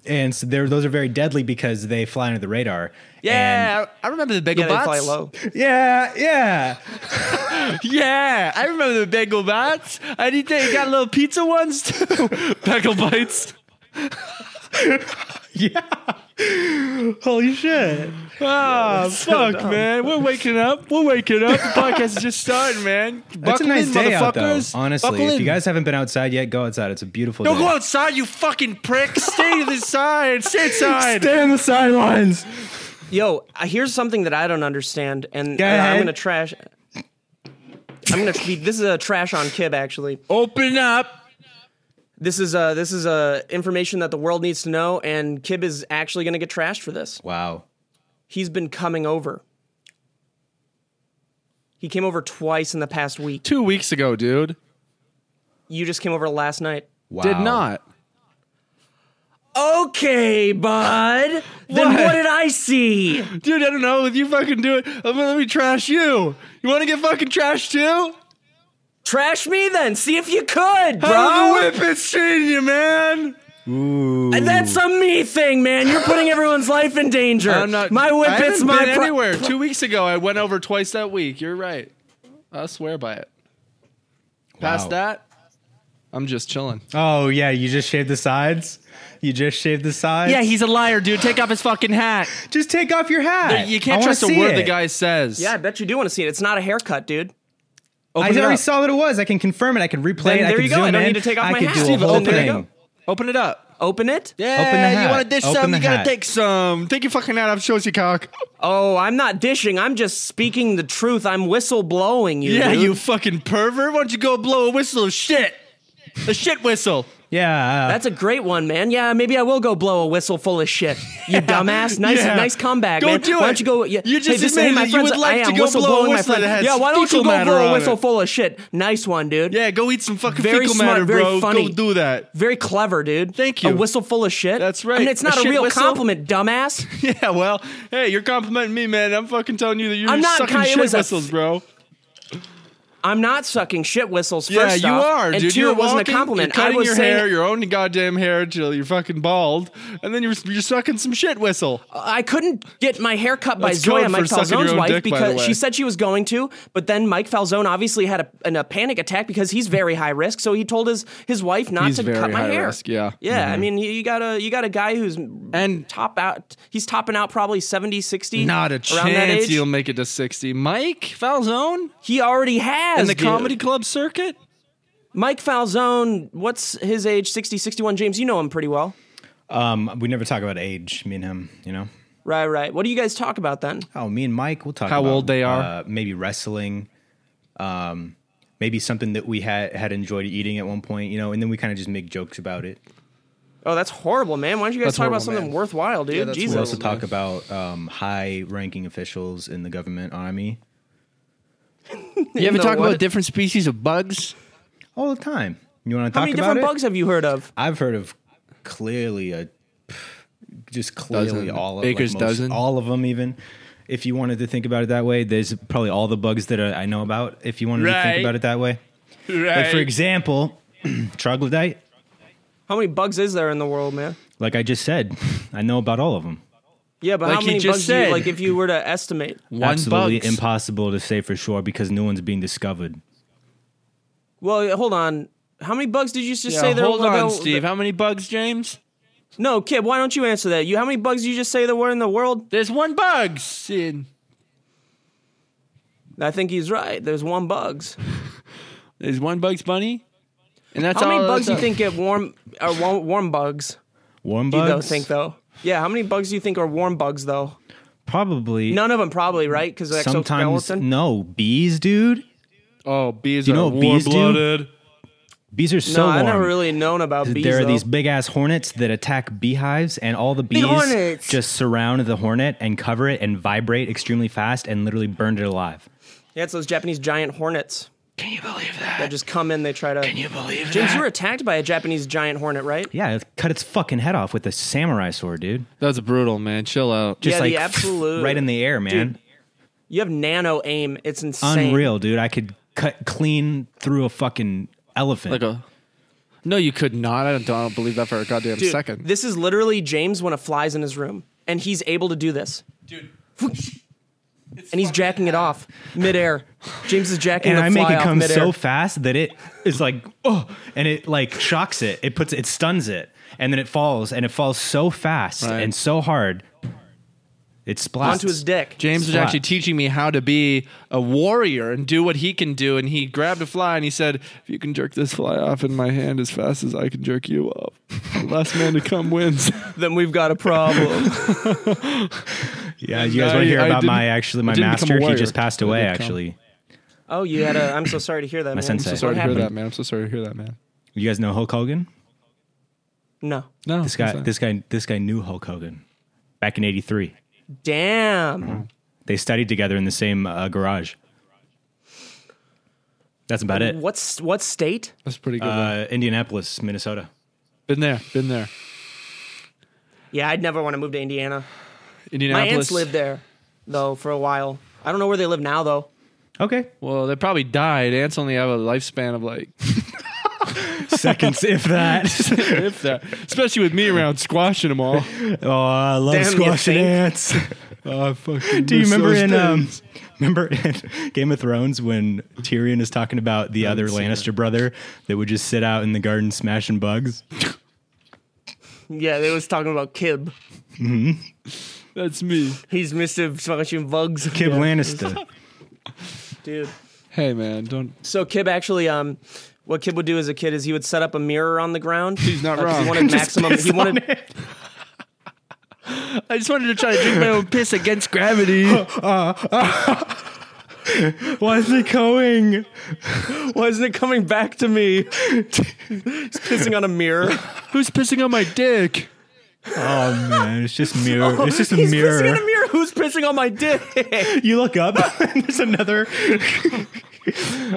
and so they're- those are very deadly because they fly under the radar. Yeah, I I remember the bagel yeah, they bots. fly low. And- yeah, yeah. Yeah, I remember the bagel bots. I did that. You got little pizza ones too. bagel bites. Holy shit! Ah, fuck, man. We're waking up. We're waking up. The podcast is just starting, man. That's Buckle a nice in, day out, though. motherfuckers. Honestly, Buckle if in. you guys haven't been outside yet, go outside. It's a beautiful Don't day. go outside, you fucking prick. Stay inside. Stay inside. on the sidelines. Yo, uh, here's something that I don't understand, and Go uh, ahead. I'm gonna trash. I'm gonna be. This is a trash on Kib. Actually, Open up. this is uh this is uh information that the world needs to know, and Kib is actually gonna get trashed for this. Wow. He's been coming over. He came over twice in the past week. Two weeks ago, dude. You just came over last night. Wow. Did not. Okay, bud. Then What? what did I see? Dude, I don't know. If you fucking do it, I'm gonna let me trash you. You wanna get fucking trashed too? Trash me then. See if you could, How bro. the whip is treating you, man. And that's a me thing, man. You're putting everyone's life in danger. I'm not. my I whip. haven't It's my been pro- anywhere. Two weeks ago, I went over twice that week. You're right. I swear by it. Past that, I'm just chilling. Oh yeah, you just shaved the sides. You just shaved the sides. he's a liar, dude. Take off his fucking hat. Just take off your hat. You I can't wanna trust a see word it. the guy says. Yeah, I bet you do want to see it. It's not a haircut, dude. Open I it already up. saw what it was. I can confirm it. I can replay Then it. I there can you go. zoom I don't in. need to take off I my could hat. do a Steve, whole open- there you thing. go. Open it up. Open it. Yeah, hat. you want to dish Open some? the You gotta hat. take some. Take your fucking hat off. Show us your cock. Oh, I'm not dishing. I'm just speaking the truth. I'm whistleblowing you. Yeah, dude. you fucking pervert. Why don't you go blow a whistle of shit? A shit whistle. Yeah. That's a great one, man. Yeah, maybe I will go blow a whistle full of shit. You dumbass. Nice, Yeah. nice comeback, Go man. Why do it. don't you go? Yeah. You just hey, this, hey, admitted my that you friends, would like I to am go whistle blow a blowing my whistle that friend. has Yeah, why don't you fecal go matter blow a on whistle it. full of shit? Nice one, dude. Yeah, go eat some fucking Very fecal smart, matter, very bro. funny. Go do that. Very clever, dude. Thank A you. whistle full of shit. That's right. I mean, it's A not a, shit real whistle. compliment, dumbass. Yeah, well, hey, you're complimenting me, man. I'm fucking telling you that you're I'm not sucking kind- it shit was a whistles, f- bro. I'm not sucking shit whistles. First Yeah, you off, are, And dude. 2 you're it wasn't walking, a compliment. You're I cutting was your saying hair, your own goddamn hair, till you're fucking bald, and then you're you're sucking some shit whistle. I couldn't get my hair cut by That's code Zoya, Mike for sucking your Falzone's own wife, dick, by the because way. she said she was going to, but then Mike Falzone obviously had a, an, a panic attack because he's very high risk, so he told his, his wife not He's to very cut my high hair. risk, yeah. Mm-hmm. Yeah, I mean, you, you got a you got a guy who's And- top out he's topping out probably 70, 60 Not around a that chance age. you'll make it to sixty, Mike Falzone He already has in the dude. comedy club circuit. Mike Falzone, what's his age? 60, 61 James, you know him pretty well. um, we never talk about age, me and him, you know? Right, right. What do you guys talk about then? Oh, me and Mike, we'll talk How about, old they are. Uh, maybe wrestling. Um, maybe something that we had had enjoyed eating at one point, you know, and then we kind of just make jokes about it. Oh, that's horrible, man. Why don't you guys That's talk about horrible, something man. worthwhile, dude? Yeah, that's Jesus. We also talk man. about um, high ranking officials in the government army You ever the talk about what? different species of bugs? all the time. You want to How talk many about different it? bugs have you heard of? I've heard of clearly a just clearly Dozen. all of Baker's like dozen. all of them even. If you wanted to think about it that way, there's probably all the bugs that I I know about. If you wanted to Right. think about it that way, Right. like for example, troglodyte. How many bugs is there in the world, man? Like I just said, I know about all of them. Yeah, but Like how he many just bugs do you, said. like if you were to estimate? One Absolutely bugs. impossible to say for sure because new one's being discovered. Well, hold on. How many bugs did you just Yeah, say there hold were? on, though? Steve. How many bugs, James? No, kid, why don't you answer that? You how many bugs did you just say there were in the world? There's one bugs in. I think he's right. There's one bugs. There's one Bugs Bunny, and that's How all many that's bugs do you up. think get warm are warm, warm bugs? Warm Do you bugs, though think though? Yeah, how many bugs do you think are warm bugs though? probably None of them probably, right? Cuz sometimes exoskeleton. no bees, dude. Oh, bees You are know what bees do? warm-blooded. Bees are no, so I warm. never really known about bees. there are though. these big ass hornets that attack beehives, and all the bees hornets. just surround the hornet and cover it and vibrate extremely fast and literally burn it alive. Yeah, it's those Japanese giant hornets. Can you believe that? That just come in, they try to. Can you believe James, you were attacked by a Japanese giant hornet, right? Yeah, it cut its fucking head off with a samurai sword, dude. That's brutal, man. Chill out. Just Yeah, the like absolute- right in the air, man. You have nano aim. It's insane. Unreal, dude. I could cut clean through a fucking elephant. Like a. No, you could not. I don't, I don't believe that for a goddamn Dude, second. This is literally James when a fly's in his room, and he's able to do this. Dude. and he's jacking it off midair. James is jacking and the I fly make it off come midair. so fast that it is like oh, and it like shocks it. It puts it stuns it, and then it falls, and it falls so fast Right. and so hard. It splats onto his dick. James was Splat. actually teaching me how to be a warrior and do what he can do. And he grabbed a fly and he said, If you can jerk this fly off in my hand as fast as I can jerk you off, the last man to come wins. Then we've got a problem. Yeah, you guys I- want to hear I about didn't- my actually my I didn't become a master? He warrior. just passed I away. didn't come. Actually, oh, you had a. I'm so sorry to hear that, man. sensei. I'm so What sorry to hear happened? that, man. I'm so sorry to hear that, man. you guys know Hulk Hogan. No. No, This guy, this guy, this guy knew Hulk Hogan back in '83. Damn. They studied together in the same uh, garage. That's about it. What's what state? That's pretty good. man. Uh, Indianapolis, Minnesota. been there, been there. Yeah, I'd never want to move to Indiana. My Indianapolis. aunts lived there, though, for a while. I don't know where they live now, though. Okay, Well, they probably died. Ants only have a lifespan of like seconds if that. if that, especially with me around squashing them all. Oh, I love Damn, you squashing think? ants. Oh, fucking Do you miss remember those in um, days. remember in Game of Thrones when Tyrion is talking about the other Lannister brother that would just sit out in the garden smashing bugs? Yeah, they was talking about Kib. That's me. He's Mr. Smashing Bugs. Kib Lannister. Dude. Hey man, don't. So Kib actually, um, what Kib would do as a kid is he would set up a mirror on the ground. He's not 'cause wrong. He wanted maximum. He wanted. I just wanted to try to drink my own piss against gravity. Why is it going? Why isn't it coming back to me? He's pissing on a mirror. Who's pissing on my dick? Oh man, it's just mirror. it's just a He's mirror. pissing on a mirror. Who's pissing on my dick? You look up, and there's another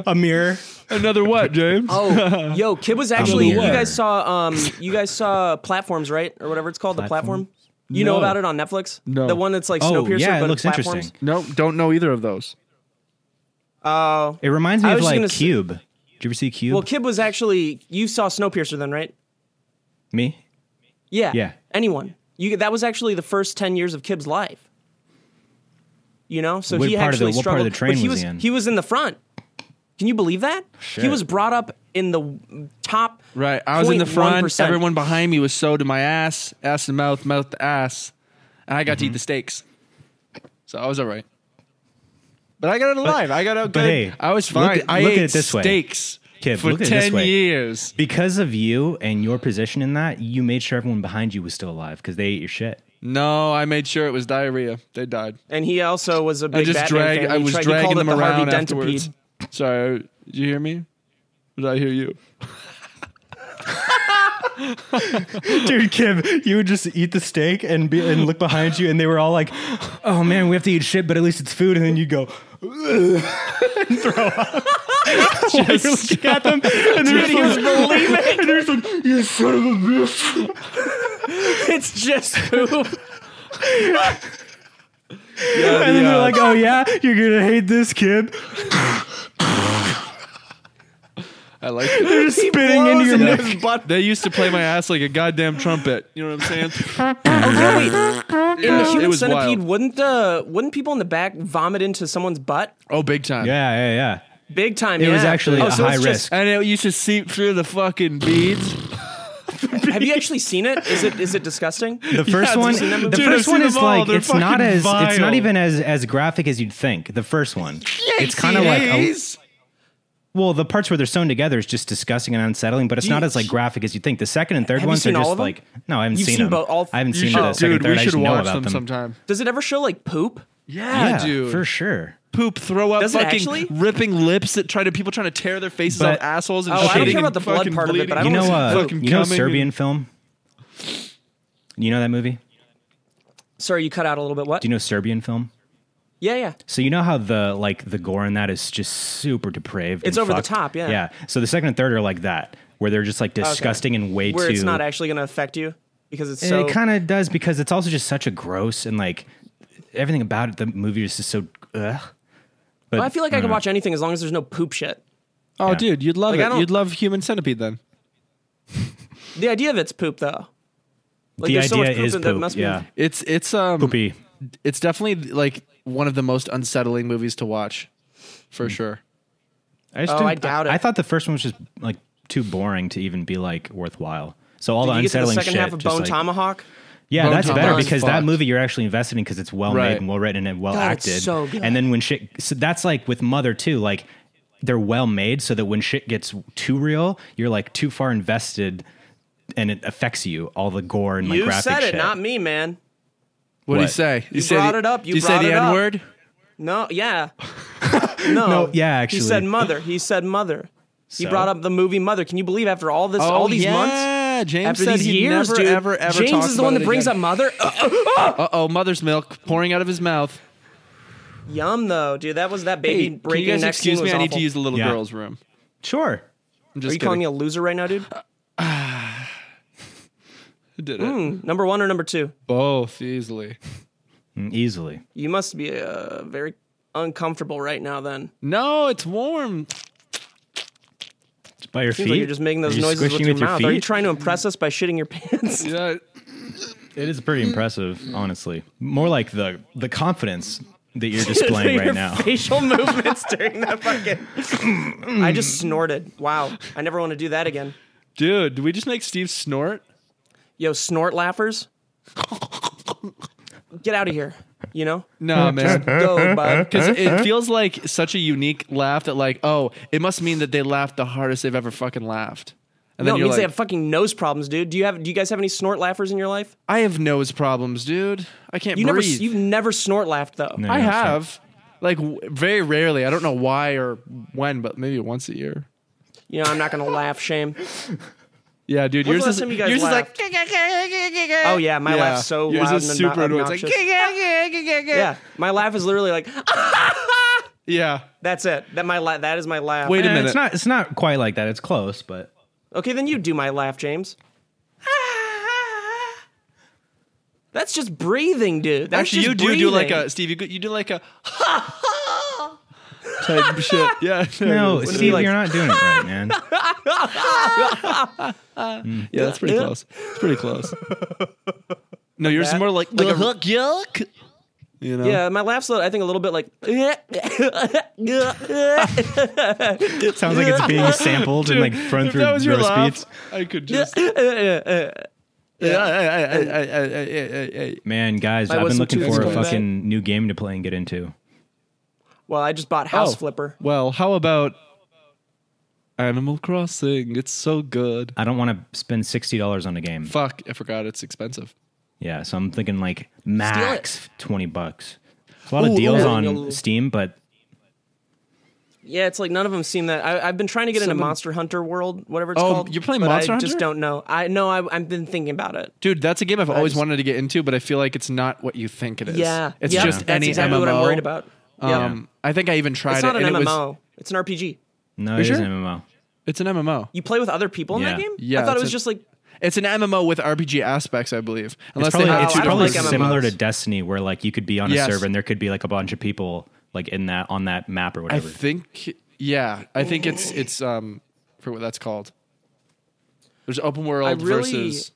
a mirror. Another what, James? Oh, yo, kid was actually. You mirror. guys saw. Um, you guys saw platforms, right, or whatever it's called, the Platform? platform. You know No. about it on Netflix? No. The one that's like Oh Snowpiercer, yeah, it but looks platforms. interesting. No, don't know either of those. It reminds me I of was just like gonna say- Cube. Did you ever see Cube? Well, Kib was actually. You saw Snowpiercer then, right? me? Yeah. Yeah. Anyone. You that was actually the first ten years of Kib's life. You know, so What he part of the- actually what part struggled. of the train but he was was he in? was in the front. Can you believe that? He Shit. was brought up in the top. Right. I was in the front. 0.1%. Everyone behind me was sewed to my ass, ass to mouth, mouth to ass. And I got to eat the steaks. So I was all right. But I got it alive. I got out but good. hey, I was look fine. at- I look at ate it this way. steaks Kid, for look at it 10 this way. years. Because of you and your position in that, you made sure everyone behind you was still alive because they ate your shit. No, I made sure it was diarrhea. They died. And he also was a big I just Batman dragged. fan. I He was tried- he dragging called it them the around Harvey afterwards. Dentipede. Sorry, did you hear me? Did I hear you? Dude, Kim, you would just eat the steak and be, and look behind you, and they were all like, "Oh man, we have to eat shit, but at least it's food." And then you go and throw up. While you're looking at them, and they're just like, and they're just like, "You son of a bitch." It's just poop. and then they're like, "Oh yeah, you're gonna hate this, Kim." I like it. They're just spitting into your mouth. his butt. They used to play my ass like a goddamn trumpet. You know what I'm saying? Oh, In the it human was centipede, wild. wouldn't uh, wouldn't people in the back vomit into someone's butt? Oh, big time. Yeah, yeah, yeah. Big time. It yeah. was actually Oh, a so high it's just- risk. And it used to seep through the fucking beads. Have you actually seen it? Is it is it disgusting? The first I've one, seen them. the Dude, I've first seen one them is all. like They're it's not fucking as it's not vile. even as as graphic as you'd think. The first one, it's kind of like a, well, the parts where they're sewn together is just disgusting and unsettling, but it's not as like graphic as you'd think. The second and third Have you ones are seen all just of 'em? like no, I haven't You've seen, seen them. both- all- I haven't You seen should- the second, Dude, third. we I should just know watch about them them. sometime. Does it ever show like poop? Yeah, Yeah, dude. for sure. Poop, throw up, Does it fucking actually? ripping lips that try to people trying to tear their faces But- off assholes and Oh, I don't shitting care and about the blood fucking part of it, but I bleeding. You don't know, wanna see uh, Fucking you know, coming Serbian and- film. You know that movie? Sorry, you cut out a little bit. What? Do you know Serbian film? yeah, yeah. So you know how the like the gore in that is just super depraved. It's and over the fucked? top, yeah. Yeah. So the second and third are like that, where they're just like disgusting and way Where too. it's not actually going to affect you because it's And so. it kind of does because it's also just such a gross and like everything about it. The movie is just so. Ugh. But I feel like I don't can know. watch anything as long as there's no poop shit. Oh, Yeah. dude, you'd love Like, I it. don't- You'd love Human Centipede then. The idea of it's poop though. Like, the there's so much idea poop is in there, poop. must be- yeah, It's it's um poopy. it's definitely like one of the most unsettling movies to watch, for sure. I just Oh, didn't- I doubt I it. thought the first one was just like too boring to even be like worthwhile. So all Did the you get to the unsettling second shit. half of just, Bone like- Tomahawk? Yeah, Bone that's Tomahawk better is because that fucked. movie you're actually invested in because it's well Right. made and well written and well God, it's acted. so good. And then when shit, so that's like with Mother too. Like they're well made so that when shit gets too real, you're like too far invested, and it affects you. All the gore and like You graphic said it, shit. not me, man. What do you What? say? You, said brought the- it up. You say brought the it up. N word. No, yeah. No. No, yeah, He said actually. mother. He said mother. He So? brought up the movie Mother. Can you believe after all this, all these months, Oh, Yeah, James after said these he'd years, never, dude? ever, ever James talk is the one that brings up mother. Uh oh, mother's milk pouring out of his mouth. Yum though, dude. That was that baby Hey, can you breaking guys neck excuse scene me? was I need to awful. use the little Yeah. girl's room. Sure. I'm Are just you calling me a loser right now, dude? did it. Number one or number two? Both easily. Mm, Easily. You must be uh, very uncomfortable right now. Then No, it's warm. It's By your Seems feet. like you're just making those You're noises with squishing your, mouth. Are you feet? trying to impress us by shitting your pants? Yeah. It is pretty impressive, honestly. More like the the confidence that you're displaying Your right now. Facial movements during that fucking. I just snorted. Wow, I never want to do that again. Dude, did we just make Steve snort? Yo, snort laughers. Get out of here. You know, No, man. go bud. Because it feels like such a unique laugh that, like, oh, it must mean that they laughed the hardest they've ever fucking laughed. And No, then it you're means like, they have fucking nose problems, dude. Do you have? Do you guys have any snort laughers in your life? I have nose problems, dude. I can't You never. breathe. You've never snort laughed though. No, no, I it's not. have. Like w- very rarely. I don't know why or when, but maybe once a year. You know, I'm not gonna laugh, shame. Yeah, dude. When's yours the last is time you guys yours laughed? is like. Oh yeah, my Yeah, laugh's so yours loud is and super annoying. It's like, obnoxious. yeah, my laugh is literally like Yeah. that's it. That my la- that is my laugh. Wait a Eh, minute. it's not. It's not quite like that. It's close, but Okay, then you do my laugh, James. That's just breathing, dude. That's Actually, just you do do like breathing. a uh, Steve. You, go- you do like a ha ha type shit. Yeah. no, yeah, Steve, like- you're not doing it right, man. that's pretty Yeah. close. It's pretty close. No, yours is more like like a hook yuck. You know. Yeah, my laugh's a little- I think a little bit like yeah, Sounds like it's being sampled and like thrown If through that was your roast laugh, beats. I could just. Yeah. Man, guys, I've been wasn't looking too for a excited. fucking new game to play and get into. Well, I just bought House Flipper. oh, Well, how about Animal Crossing? It's so good. I don't want to spend sixty dollars on a game. Fuck, I forgot it's expensive. Yeah, so I'm thinking like max twenty bucks. There's a lot Ooh, of deals ooh. on You'll- Steam, but Yeah, it's like none of them seem that. I, I've been trying to get into Someone- Monster Hunter World, whatever it's Oh, called. you're playing but Monster I Hunter? just don't know. I know. I, I've been thinking about it. Dude, that's a game I've always just- wanted to get into, but I feel like it's not what you think it is. Yeah, It's yep, just that's any exactly MMO. what I'm worried about. Yeah. Um, I think I even tried it's not it. an and it was- MMO. it's an RPG. no, You it is sure? an MMO. it's an MMO. You play with other people in that Yeah. game. Yeah, I thought it it's was a- just like It's an MMO with RPG aspects, I believe. It's Unless probably, they have it's two I don't probably like different similar to MMOs. Destiny, where like you could be on a Yes. server and there could be like a bunch of people like in that on that map or I whatever. think yeah, I think it's it's um for what that's called. There's open world really- versus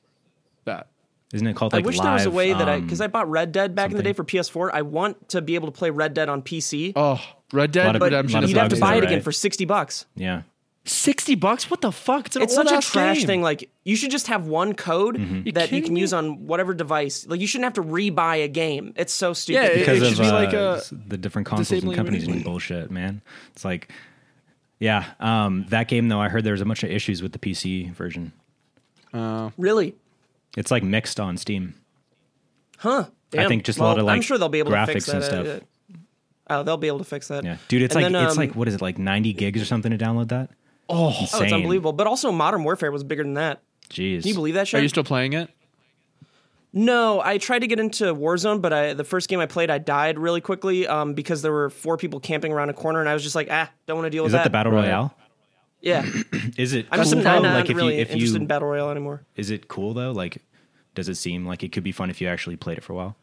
that. Isn't it called I like wish live? there was a way that I um, because I bought Red Dead back in the something. day for PS4. I want to be able to play Red Dead on PC, Oh, Red Dead Lot of- Redemption lot of is you'd have to bugs, buy it right? again for sixty bucks. yeah. sixty bucks. What the fuck? It's an It's such a old-ass trash game. thing. Like you should just have one code that you kidding can me? use on whatever device. Like you shouldn't have to re-buy a game. It's so stupid. Yeah, it- because should of be uh, like a s- the different consoles and disabling companies and bullshit, man. It's like, yeah, um, that game though. I heard there was a bunch of issues with the PC version. really. It's like mixed on Steam. Damn. think just a Well, lot of, I'm like, sure they'll be able to fix graphics and that. stuff. Uh, uh, Oh, they'll be able to fix that. Yeah, dude, it's And like then, it's like um, what is it like ninety gigs or something to download that? Oh, oh, it's unbelievable. But also, Modern Warfare was bigger than that. Jeez, Can you believe that? Shit? Are you still playing it? No, I tried to get into Warzone, but I, the first game I played, I died really quickly um, because there were four people camping around a corner, and I was just like, ah, don't want to deal with Is that that. the battle Right. royale? Yeah, Is it I'm just cool not, though? not Like if really you if interested in you battle royale anymore. is it cool though? Like, does it seem like it could be fun if you actually played it for a while?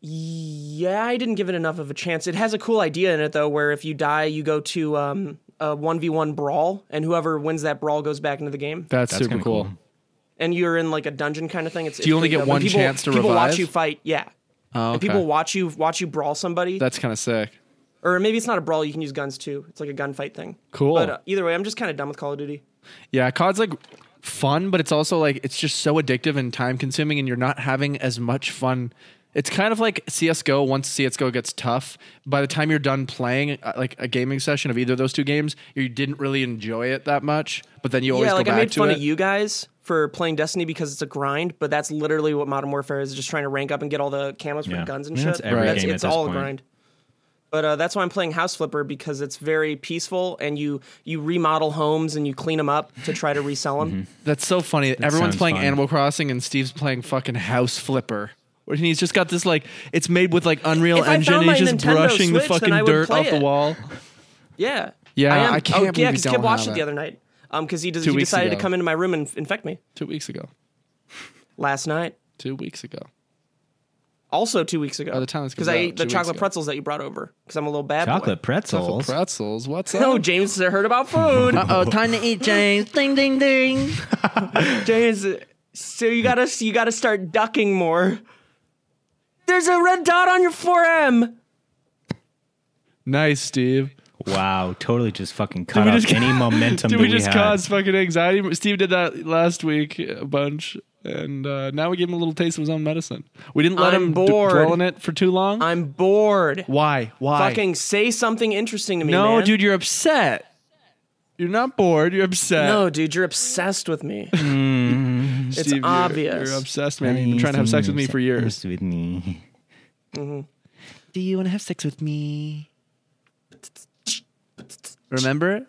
Yeah, I didn't give it enough of a chance. It has a cool idea in it though, where if you die, you go to um, a one v one brawl, and whoever wins that brawl goes back into the game. That's, super kinda cool. cool. and you're in like a dungeon kind of thing. It's do you only get one chance to People watch revive? you fight. Yeah. Oh, And okay. people watch you watch you brawl somebody, That's kind of sick. or maybe it's not a brawl. You can use guns too. It's like a gunfight thing. Cool. But uh, either way, I'm just kind of done with Call of Duty. Yeah, COD's like fun, but it's also like it's just so addictive and time consuming, and you're not having as much fun. It's kind of like CS:GO. Once CS:GO gets tough, by the time you're done playing uh, like a gaming session of either of those two games, you didn't really enjoy it that much. But then you always yeah, like go I back made to fun it. of you guys for playing Destiny because it's a grind, but that's literally what Modern Warfare is—just trying to rank up and get all the camos for Yeah. the guns and I mean, shit. that's every That's- game at it's this all point. a grind. But uh, that's why I'm playing House Flipper because it's very peaceful, and you you remodel homes and you clean them up to try to resell them. That's so funny. Everyone's sounds playing fun. Animal Crossing, and Steve's playing fucking House Flipper. And he's just got this like it's made with like Unreal If I Engine. found and my He's just Nintendo brushing the Switch, then fucking I would dirt play off the it. wall. Yeah. Yeah, I, am. I can't oh, believe yeah, you because don't Kib watched it have the it. other night. Um, because he, does- Two he weeks decided ago. to come into my room and infect me Two weeks ago. last night. Two weeks ago. Also, two weeks ago. By Oh, the time this because comes I out, ate two the weeks chocolate ago. pretzels that you brought over. Because I'm a little bad Chocolate boy. pretzels. Pretzels. What's up? No, James heard about food. Oh, time to eat, James. Ding, ding, ding. James, so you gotta you gotta start ducking more. There's a red dot on your forearm. Nice, Steve. Wow, totally just fucking cut off just- any momentum Dude, that we we, just had. caused fucking anxiety. Steve did that last week a bunch, and uh, now we gave him a little taste of his own medicine. We didn't let I'm him d- bored. dwell in it for too long. I'm bored. Why? Why? Fucking say something interesting to me. no, man. dude, you're upset. You're not bored. You're upset. No, dude, you're obsessed with me. Hmm, Steve, you're- obvious. You're, obsessed, man. You've been trying to have sex with me for years. With me. Do you want to have sex with me? Remember?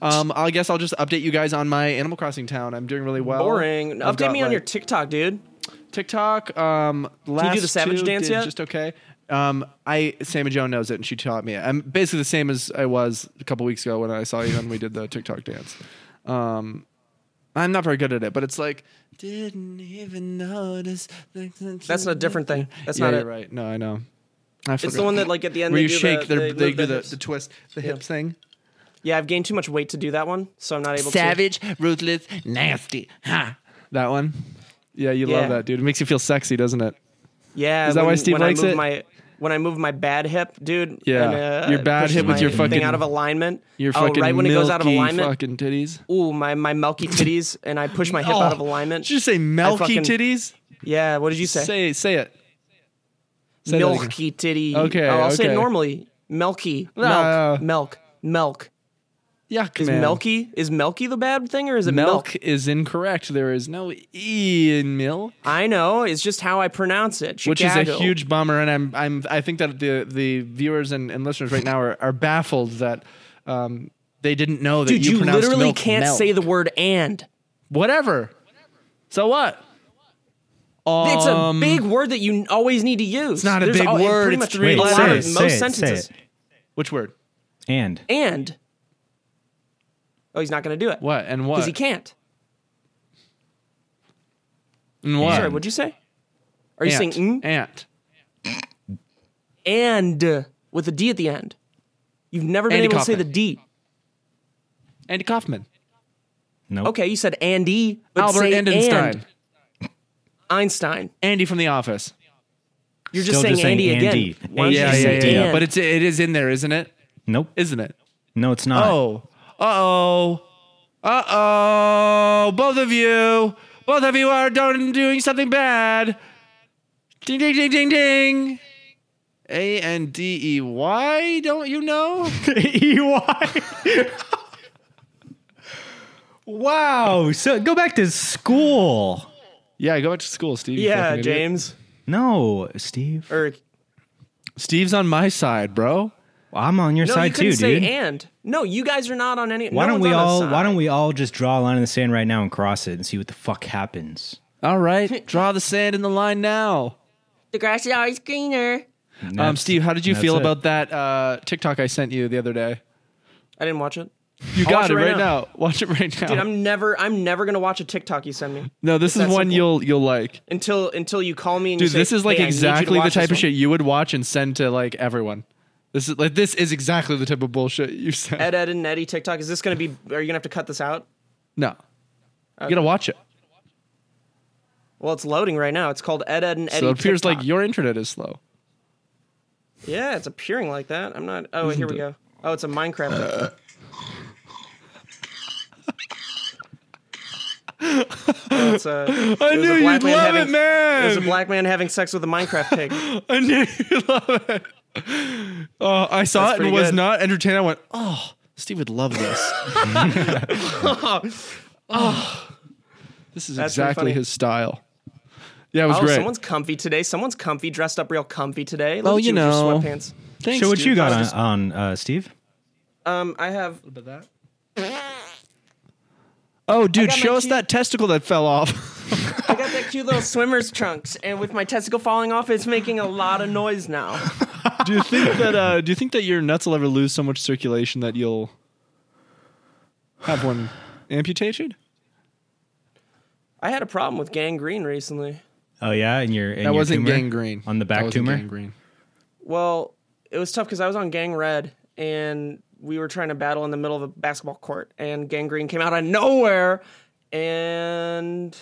Um, I guess I'll just update you guys on my Animal Crossing town. I'm doing really well. Boring. I've Update me got, on your like, TikTok, dude. TikTok. Um, last the savage two dance did yet? Just okay. Um, I Sammy Joan knows it, and she taught me. I'm basically the same as I was a couple weeks ago when I saw you and we did the TikTok dance. Um, I'm not very good at it, but it's like didn't even notice. That's a different thing. That's yeah, not you're it. right. No, I know. I It's the forgot. one that like at the end where they you do the- shake. their- they they move do their the, hips. the twist, the hips thing. Yeah, I've gained too much weight to do that one, so I'm not able to. Savage, ruthless, nasty. Ha. That one. Yeah, you Yeah. love that, dude. It makes you feel sexy, doesn't it? Yeah, Is that when, why Steve when likes I move it? My, when I move my bad hip, dude. Yeah. and, uh, Your bad pushes hip with my your thing fucking- out of alignment. Your oh, fucking right when it goes out of milky alignment. fucking titties. Ooh, my my milky titties, and I push my hip out of alignment. Oh, Did you say I milky fucking- titties? Yeah. What did you say? Say say it. Say that again. milky titty. Okay, Oh, I'll say it okay. normally. Milky. No, Milk. no. Milk. Milk. Yuck, Is man. milky is milky the bad thing or is it milk? Milk is incorrect. There is no e in milk, I know. It's just how I pronounce it. which is a Chicago. huge bummer. And I'm I'm I think that the the viewers and, and listeners right now are, are baffled that um they didn't know that Dude, you, you, pronounced literally milk can't milk. say the word and. whatever. So what? It's a Um, big word that you always need to use. It's not a big word, it's three Wait, Well, say out it, of say most it, say sentences. it. Which word? And And. Oh, he's not going to do it. What and what? Because he can't. And what? Sorry, what'd you say? Are you Ant. saying mm? Ant. and with a D at the end? You've never been Andy able to say Kaufman. the D. Andy Kaufman. no. Okay, you said Andy. But Albert say Endenstein. and. Einstein. Andy from The Office. You're just Still saying just saying Andy, Andy. again. Why don't you Oh, Yeah, just yeah, say yeah, yeah. Dan? But it's it is in there, isn't it? Nope. Isn't it? no, it's not. Oh. Uh-oh. Uh-oh. Both of you. Both of you are done doing something bad. Ding ding ding ding ding. A N D E Y, don't you know? E EY. wow. So go back to school. Yeah, go back to school, Steve. you yeah, fucking idiot. James. No, Steve. Or Steve's on my side, bro. I'm on your no, you side could too, say dude. and. No, you guys are not on any. why no don't one's we on a all side. why don't we all just draw a line in the sand right now and cross it and see what the fuck happens? All right. Draw the sand in the line now. The grass is always greener. And Um, that's- Steve, how did you that's feel it. about that uh, TikTok I sent you the other day? I didn't watch it. You watch got it it right right now. Watch it right now. Dude, I'm never, I'm never gonna watch a TikTok you send me no, this is that one simple. you'll you'll like. until until you call me. And Dude, you say, this is like "Hey, I need you to exactly the watch type of this shit you would watch and send to like everyone. This is like this is exactly the type of bullshit you send. one." Ed, Ed, and Eddie TikTok. Is this gonna be? Are you gonna have to cut this out? no, you gotta watch it. Well, it's loading right now. It's called Ed, Ed, and Eddie. So it appears TikTok. like your internet is slow. Yeah, it's appearing like that. I'm not. Oh, here we go. Oh, it's a Minecraft. Oh, it's a, I was a knew you'd black love man having- it, man. it was a black man having sex with a Minecraft pig. I knew you'd love it. Uh, I saw That's it and pretty was good. not entertained. I went, oh, Steve would love this. oh, this is Oh. That's pretty exactly funny. his style. Yeah, it was Oh, great. someone's comfy today. Someone's comfy, dressed up real comfy today. Look Oh, at you with your know. sweatpants. Thanks, Show what dude. you got I on, was on uh, Steve. Um, I have. just- Oh, dude, got my show us cute- that testicle that fell off. I got that cute little swimmer's trunks, and with my testicle falling off, it's making a lot of noise now. do you think that? Uh, do you think that your nuts will ever lose so much circulation that you'll have one amputated? I had a problem with gangrene recently. Oh yeah, and your and That your wasn't tumor? gangrene on the That back wasn't tumor. Gangrene. Well, it was tough because I was on Gang Red and we were trying to battle in the middle of a basketball court, and Gang Green came out of nowhere, and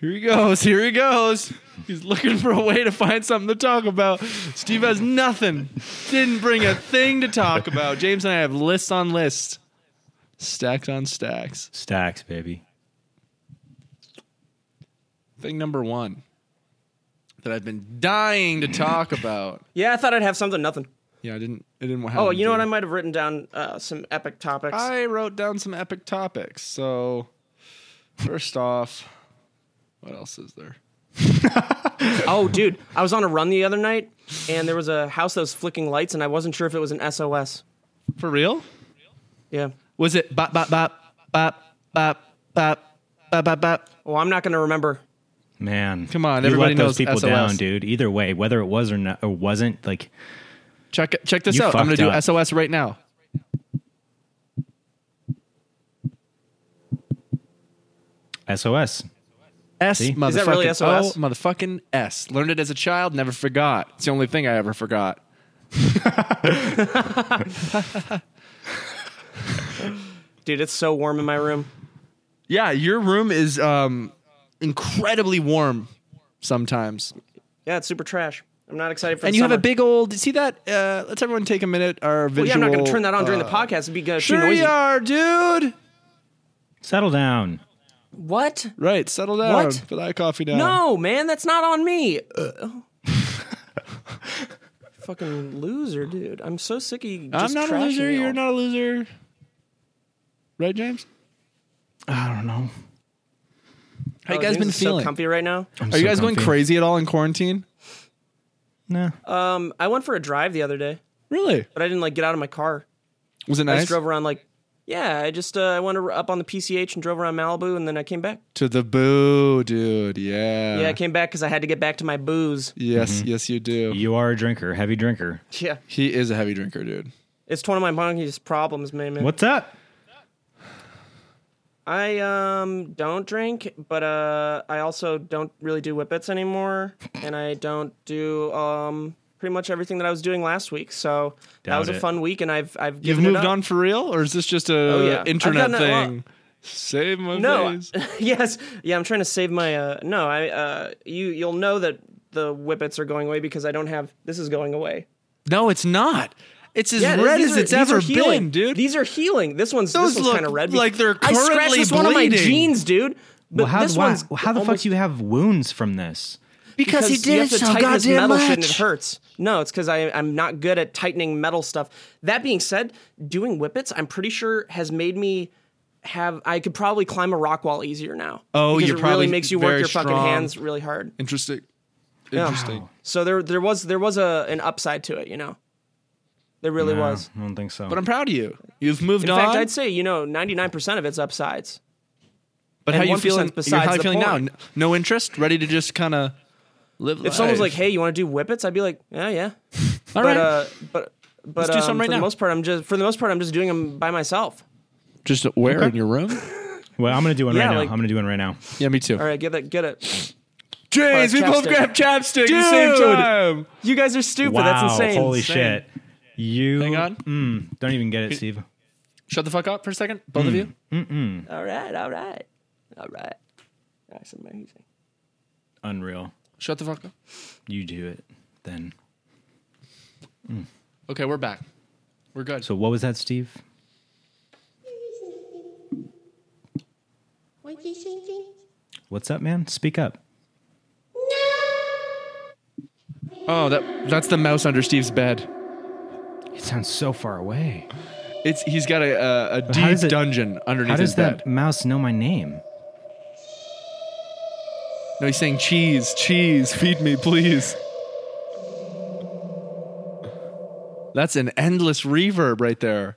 Here he goes. Here he goes. He's looking for a way to find something to talk about. Steve has nothing. Didn't bring a thing to talk about. James and I have lists on lists, stacks on stacks. Stacks, baby. Thing number one that I've been dying to talk about. yeah, I thought I'd have something. Nothing. Yeah, I didn't. It didn't happen. Oh, you know what? to I might have written down uh, some epic topics. I wrote down some epic topics. So First off, what else is there? Oh, dude, I was on a run the other night, and there was a house that was flicking lights, and I wasn't sure if it was an SOS. For real? Yeah. Was it bop bop bop bop bop bop bop bop bop? Well, I'm not gonna remember. Man, Come on, you everybody let those knows people SOS. down, dude. Either way, whether it was or not or wasn't, like Check check this You out. I'm gonna fucked do up. SOS right now. SOS. S See? motherfucking Is that really SOS? O motherfucking S. Learned it as a child, never forgot. It's the only thing I ever forgot. Dude, it's so warm in my room. Yeah, your room is um incredibly warm sometimes. Yeah, it's super trash. I'm not excited for. and the you have a summer. big old see that uh let's everyone take a minute our visual Well, yeah, I'm not gonna turn that on during the podcast. It'd be uh, too Sure noisy. you are, dude. Settle down. What? Right, settle down. What? Put that coffee down. No, man, that's not on me. Ugh. Fucking loser, dude. I'm so sick of you. I'm Just not a trashing loser. me all- You're not a loser. Right, James? I don't know. How you Oh, guys James been is feeling? So comfy right now. I'm Are you so guys going comfy. crazy at all in quarantine? Nah. Um, I went for a drive the other day, Really? but I didn't like get out of my car. Was it I nice? just drove around like, yeah. I just uh, I went ar- up on the PCH and drove around Malibu, and then I came back. to the boo, dude. Yeah. Mm-hmm. yeah, I came back because I had to get back to my booze. yes, yes, you do. you are a drinker, heavy drinker. Yeah, He is a heavy drinker, dude. it's one of my monkey's problems, man. man. What's up? I um don't drink, but uh I also don't really do whippets anymore, and I don't do um pretty much everything that I was doing last week. So that Doubt was a it. fun week, and I've I've You've given it moved up. on for real, or is this just a Oh, yeah. I've internet gotten a- well- thing? Save my No, face. yes, yeah. I'm trying to save my uh no. I uh you you'll know that the whippets are going away because I don't have this is going away. No, it's not. It's as Yeah, th- red these as are- it's these are ever healing. been, dude. These are healing. This one's Those this one's look kind of red. like they're I scratched currently this one on my bleeding. jeans, dude. But Well, how, this why, one's how the fuck almost- do you have wounds from this? Because he you did have it to so tighten this goddamn metal shit and it much. hurts. No, it's because I'm not good at tightening metal stuff. That being said, doing whippets, I'm pretty sure has made me have. I could probably climb a rock wall easier now. Oh, because you're it probably really makes you work very your fucking strong. hands really hard. Interesting. Interesting. So there, there was there was a an upside to it, you know. There really No, was. I don't think so. But I'm proud of you. You've moved In on. fact, I'd say you know 99 percent of it's upsides. but how and you 1% feeling? besides how you the feeling now? point. N- No interest. Ready to just kind of live. If someone's like, "Hey, you want to do whippets?" I'd be like, "Yeah, yeah." all but right, uh, but but do some um, right for now. the most part, I'm just for the most part, I'm just doing them by myself. just where in your room? well, I'm gonna do one Yeah, right like- now. I'm gonna do one right now. yeah, me too. All right, get it, get it. James, Oh, we it's both chapstick. grabbed chapstick at the same Dude! time. You guys are stupid. wow, That's insane. holy Insane. shit! You Hang on. Mm, don't even get it, Steve. Shut the fuck up for a second, both of Mm. you. All right, all right, all right. That's amazing. Unreal. Shut the fuck up. You do it then. Okay, we're back. We're good. So what was that, Steve? What you thinking? What's up, man? Speak up. oh, that that's the mouse under Steve's bed. It sounds so far away. It's he's got a a, how a deep does it- dungeon underneath How his does bed. that mouse know my name? No, he's saying cheese, cheese, feed me, please. That's an endless reverb right there.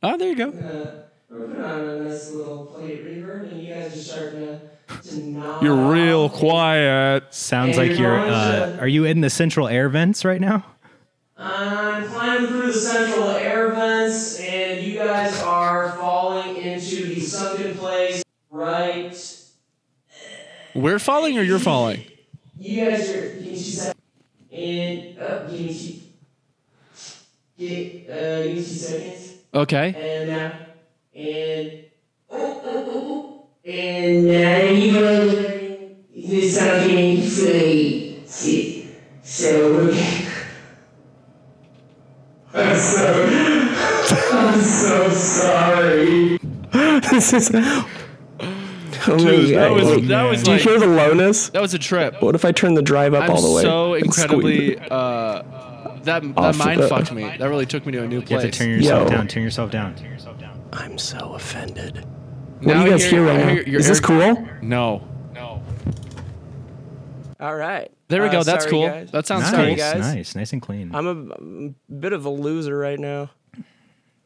Oh, there you go. You're real quiet. Sounds like you're. Uh, are you in the central air vents right now? I'm climbing through the central air vents, and you guys are falling into the sunken place. Right. We're falling or you're falling? You guys are. Give me two seconds. And up. Give me two. Get, uh, give me two seconds. Okay. And now. And. And now you guys. This is sunken place. See. So we're Oh, Dude, that was that was like, the lowness? that was a trip. What if I turn the drive up I'm all the way? so and squeeze incredibly it? uh, that that Off the mind bat. fucked me. That really took me to a new place. You have to turn Yo. yourself down. Turn yourself down. I'm so offended. What do Now you guys I hear right I now? your Is this air- cool? No. No. All right. There we Uh, go. That's sorry, cool. guys. That sounds nice, sorry, cool. guys. nice, nice and clean. I'm a, I'm a bit of a loser right now.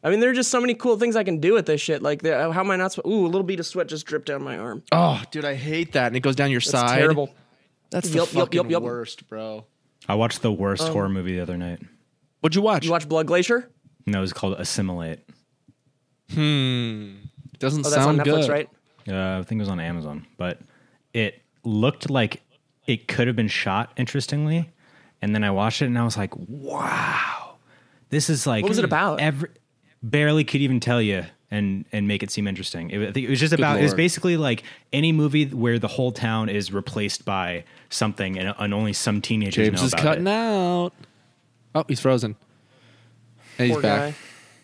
I mean, there are just so many cool things I can do with this shit. Like, the, how am I not? swe- Ooh, a little beat of sweat just dripped down my arm. Oh, dude, I hate that. And it goes down your That's side. terrible. That's Yup, the yup, fucking yup, yup. worst, bro. I watched the Oh. worst horror movie the other night. What'd you watch? You watch Blood Glacier? No, it was called Assimilate. Doesn't Oh, that's sound on Netflix, good. right? Uh, I think it was on Amazon, but it looked like it could have been shot interestingly. And then I watched it and I was like, wow, this is like. What was it about? Every, barely could even tell you and and make it seem interesting. It, I think it was just about. It was lord. basically like any movie where the whole town is replaced by something and, and only some teenagers James know is about cutting it. out. Oh, he's frozen. And he's Poor guy. back.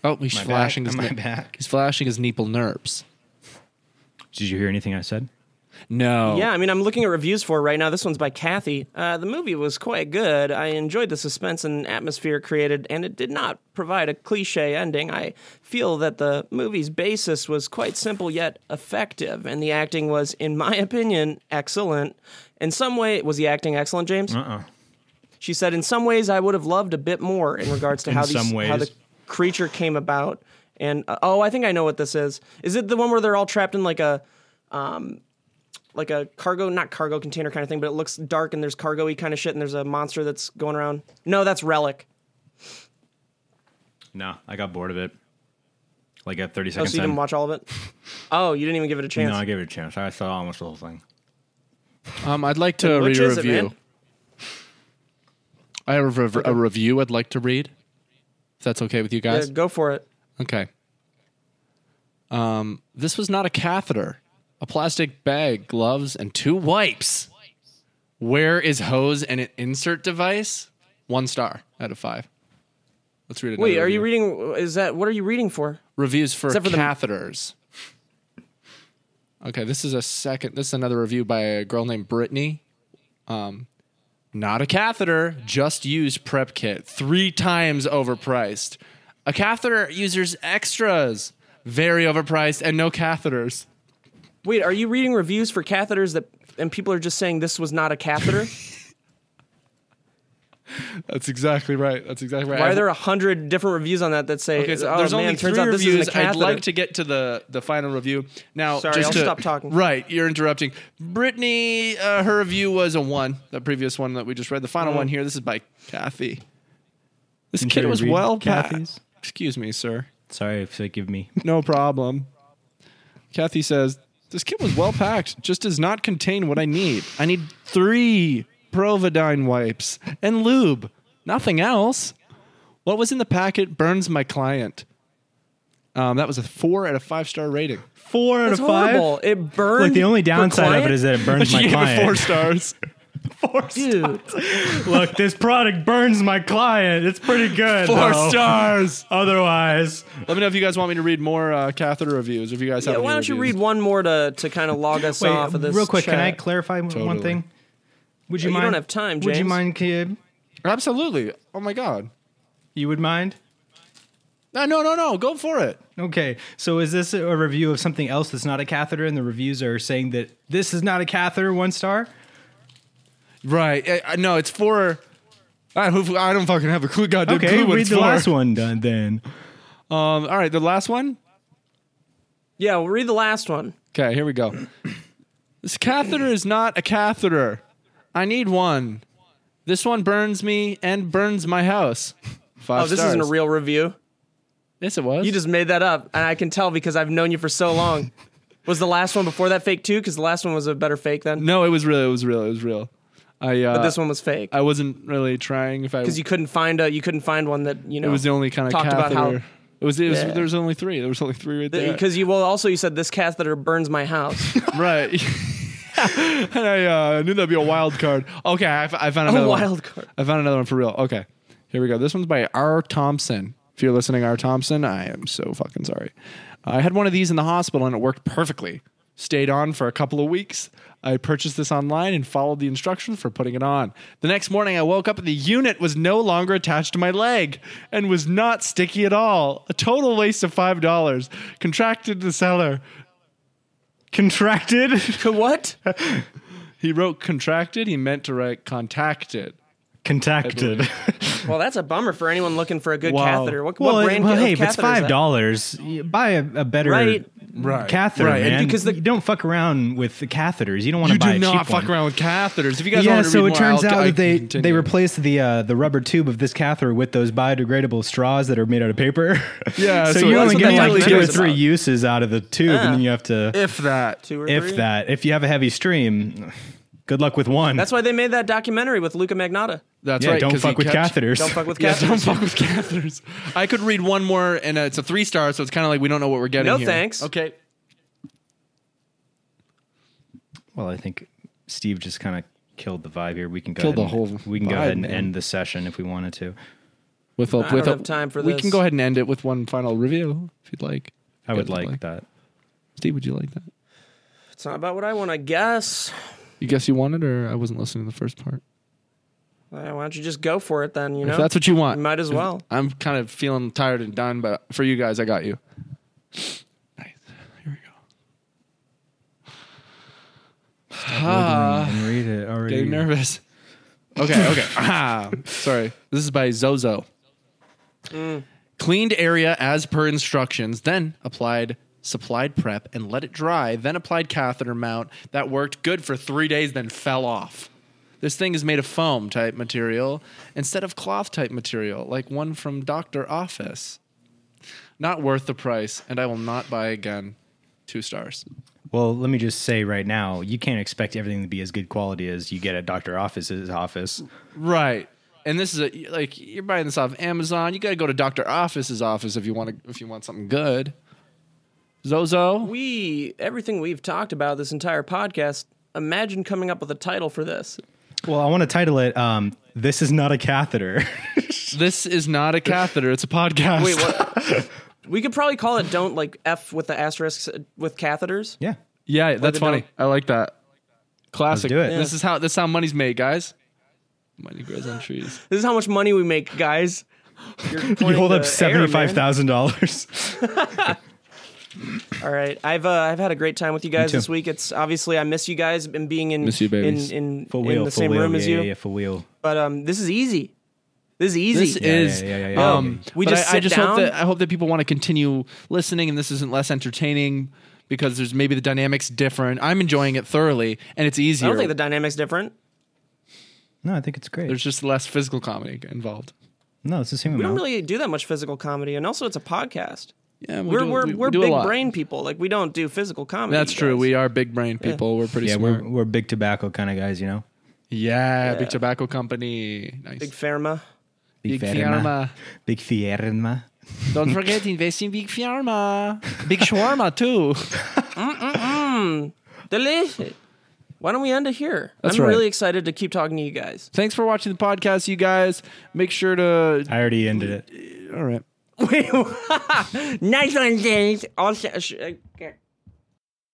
Oh, he's Am I flashing back? his Am I ne- back? He's flashing his nipple nerves. Did you hear anything I said? No. Yeah, I mean, I'm looking at reviews for it right now. This one's by Kathy. Uh, the movie was quite good. I enjoyed the suspense and atmosphere created, and it did not provide a cliche ending. I feel that the movie's basis was quite simple yet effective, and the acting was, in my opinion, excellent. In some way, was the acting excellent, James? Uh-uh. She said, "In some ways, I would have loved a bit more in regards to how these, some ways. how the creature came about." And uh, oh, I think I know what this is. Is it the one where they're all trapped in like a, um, like a cargo, not cargo container kind of thing, but it looks dark and there's cargo-y kind of shit and there's a monster that's going around? No, that's Relic. No, I got bored of it. Like at 30 Oh, seconds. so you didn't watch all of it? Oh, you didn't even give it a chance. no, I gave it a chance. I saw almost the whole thing. Um, I'd like to Which read a is it, review. man? I have a, rev- a review I'd like to read. If that's okay with you Yeah, guys. go for it. Okay. Um, this was not a catheter, a plastic bag, gloves, and two wipes. Where is hose and an insert device? One star out of five. Let's read it. Wait, are you reading? Is that what are you reading for? reviews for, Except for the- catheters? okay, this is a second. This is another review by a girl named Brittany. Um, not a catheter, just use prep kit. Three times overpriced. A catheter users extras. Very overpriced and no catheters. Wait, are you reading reviews for catheters that and people are just saying this was not a catheter? That's exactly right. That's exactly right. Why are there a hundred different reviews on that that say, Okay, so "Oh there's man, only turns three out this reviews. isn't a I'd catheter." like to get to the the final review now. Sorry, just I'll to- stop talking. Right, you're interrupting. Brittany, uh, her review was a one. The previous one that we just read. The final Oh. one here. This is by Kathy. This Didn't kid you was read well Kathy's? Kathy's. Excuse me, sir. Sorry if they give me. No problem. Kathy says, This kit was well packed, just does not contain what I need. I need three Providine wipes and lube, nothing else. What was in the packet burns my client. Um, that was a four out of five star rating. Four out It's horrible. It burned. Like the only for downside of client? it is that it burns my She gave it four client. stars. dude, Look, this product burns my client. It's pretty good. Four though. stars. Otherwise, Let me know if you guys want me to read more uh, catheter reviews. If you guys yeah, have, why any don't you reviews. read one more to to kind of log us off of this? real quick, can I chat? Oh, clarify one- one Totally. thing? Would you You mind? don't have time, Would you James. mind, kid? Absolutely. Oh my god. You would mind? No, no, no, no. Go for it. Okay, so is this a review of something else that's not a catheter, and the reviews are saying that this is not a catheter, one star? Right. Eh, I, I, no, it's for. I don't, I don't fucking have a clue. Goddamn clue what read it's the for. last one done then. Um, all right, the last one. Yeah, we'll read the last one. Okay, here we go. this catheter is not a catheter. I need one. This one burns me and burns my house. Five Oh, this stars. isn't a real review. Yes, it was. You just made that up, and I can tell because I've known you for so long. was the last one before that fake too? Because the last one was a better fake then. no, it was real. It was real. It was real. I. Uh, But this one was fake I wasn't really trying. If I, because you couldn't find a you couldn't find one that you know. it was the only kind of talked about catheter. how- it was. It was Yeah. There was only three. There was only three right there. because you well also you said this catheter burns my house. right. and I uh, knew that'd be a wild card. Okay, I, f- I found a another one. wild card. I found another one for real. Okay, here we go. This one's by R. Thompson. If you're listening, R. Thompson, I am so fucking sorry. I had one of these in the hospital and it worked perfectly. Stayed on for a couple of weeks. I purchased this online and followed the instructions for putting it on. The next morning, I woke up and the unit was no longer attached to my leg and was not sticky at all. A total waste of $5. Contracted the seller. Contracted. what? He wrote contracted. He meant to write contacted. Contacted. Well, that's a bummer for anyone looking for a good Wow. catheter. What, Well, what it- brand well, of hey, if it's catheter is five that? dollars, you buy a, a better Right. Right. catheter, Right. And man. because the- you don't fuck around with the catheters. You don't want You to buy do a not cheap fuck one. around with catheters. If you guys Yeah, want to so read it turns more, I'll- out I that they continue. they replaced the uh, the rubber tube of this catheter with those biodegradable straws that are made out of paper. Yeah, so, so you that's only what get like that two or documentary's three about. uses out of the tube, and then you have to if that. Two or if three? that if you have a heavy stream, good luck with one. That's why they made that documentary with Luca Magnotta. That's yeah, right. don't 'cause he fuck with kept- catheters. Don't fuck with Yeah, catheters. don't fuck with catheters. I could read one more, and uh, it's a three star, so it's kind of like we don't know what we're getting. No here. thanks. Okay. Well, I think Steve just kind of killed the vibe here. We can go Killed ahead the and, whole we can go ahead vibe, and man. end the session if we wanted to. With a, I with don't a, have time for we this. can go ahead and end it with one final review if you'd like. I would like Like- that. Steve, would you like that? It's not about what I want, I guess. You guess you wanted, or I wasn't listening to the first part. Why don't you just go for it then? You know, If that's what you want, You might as If- well. I'm kind of feeling tired and done, but for you guys, I got you. Nice. Here we go. And read it already. Getting nervous. Okay, okay. ah, sorry. This is by Zozo. Cleaned area as per instructions, then applied supplied prep and let it dry, then applied catheter mount that worked good for three days, then fell off. This thing is made of foam type material instead of cloth type material, like one from Doctor Office. Not worth the price, and I will not buy again. Two stars. Well, let me just say right now, you can't expect everything to be as good quality as you get at Doctor Office's office. Right. And this is a like you're buying this off Amazon. You got to go to Doctor Office's office if you want to if you want something good. Zozo. We everything we've talked about this entire podcast. Imagine coming up with a title for this. Well, I want to title it um, "This is not a catheter." This is not a catheter. It's a podcast. Wait, what? we could probably call it "Don't like F with the asterisks uh, with catheters." yeah, Yeah, that's they don't- funny. I like that. Classic. do it. This is how this is how money's made, guys. Money grows on trees. This is how much money we make, guys. You're you hold up seventy-five seventy-five thousand. thousand dollars. All right, I've uh, I've had a great time with you guys too. this week. It's obviously I miss you guys and being in Miss you, in babies. in, For in wheel, the for same wheel, room yeah, as you. yeah, yeah, for wheel. But um, this is easy. This is easy. This is yeah, yeah, yeah, yeah, um We but just I, I sit just down. hope that I hope that people want to continue listening and this isn't less entertaining because there's maybe the dynamics different. I'm enjoying it thoroughly and it's I easier. don't think the dynamic's different. No, I think it's great. there's just less physical comedy involved. no, it's the same We don't amount. really do that much physical comedy, and also it's a podcast. Yeah, we We are do- we're we- we we're do a big lot. brain people. Like we don't do physical comedy. That's you true. guys. We are big brain people. We're pretty yeah, smart. we're we're big tobacco kind of guys, you know. yeah, Yeah. big tobacco company. Nice. big pharma. Big pharma. Big firma. Don't forget invest in big pharma. Big shawarma too. Delicious. Why don't we end it here? That's I'm right. really excited to keep talking to you guys. Thanks for watching the podcast, you guys. Make sure to. I already ended it. All right. Nice one, James. I'll sh- sh- okay.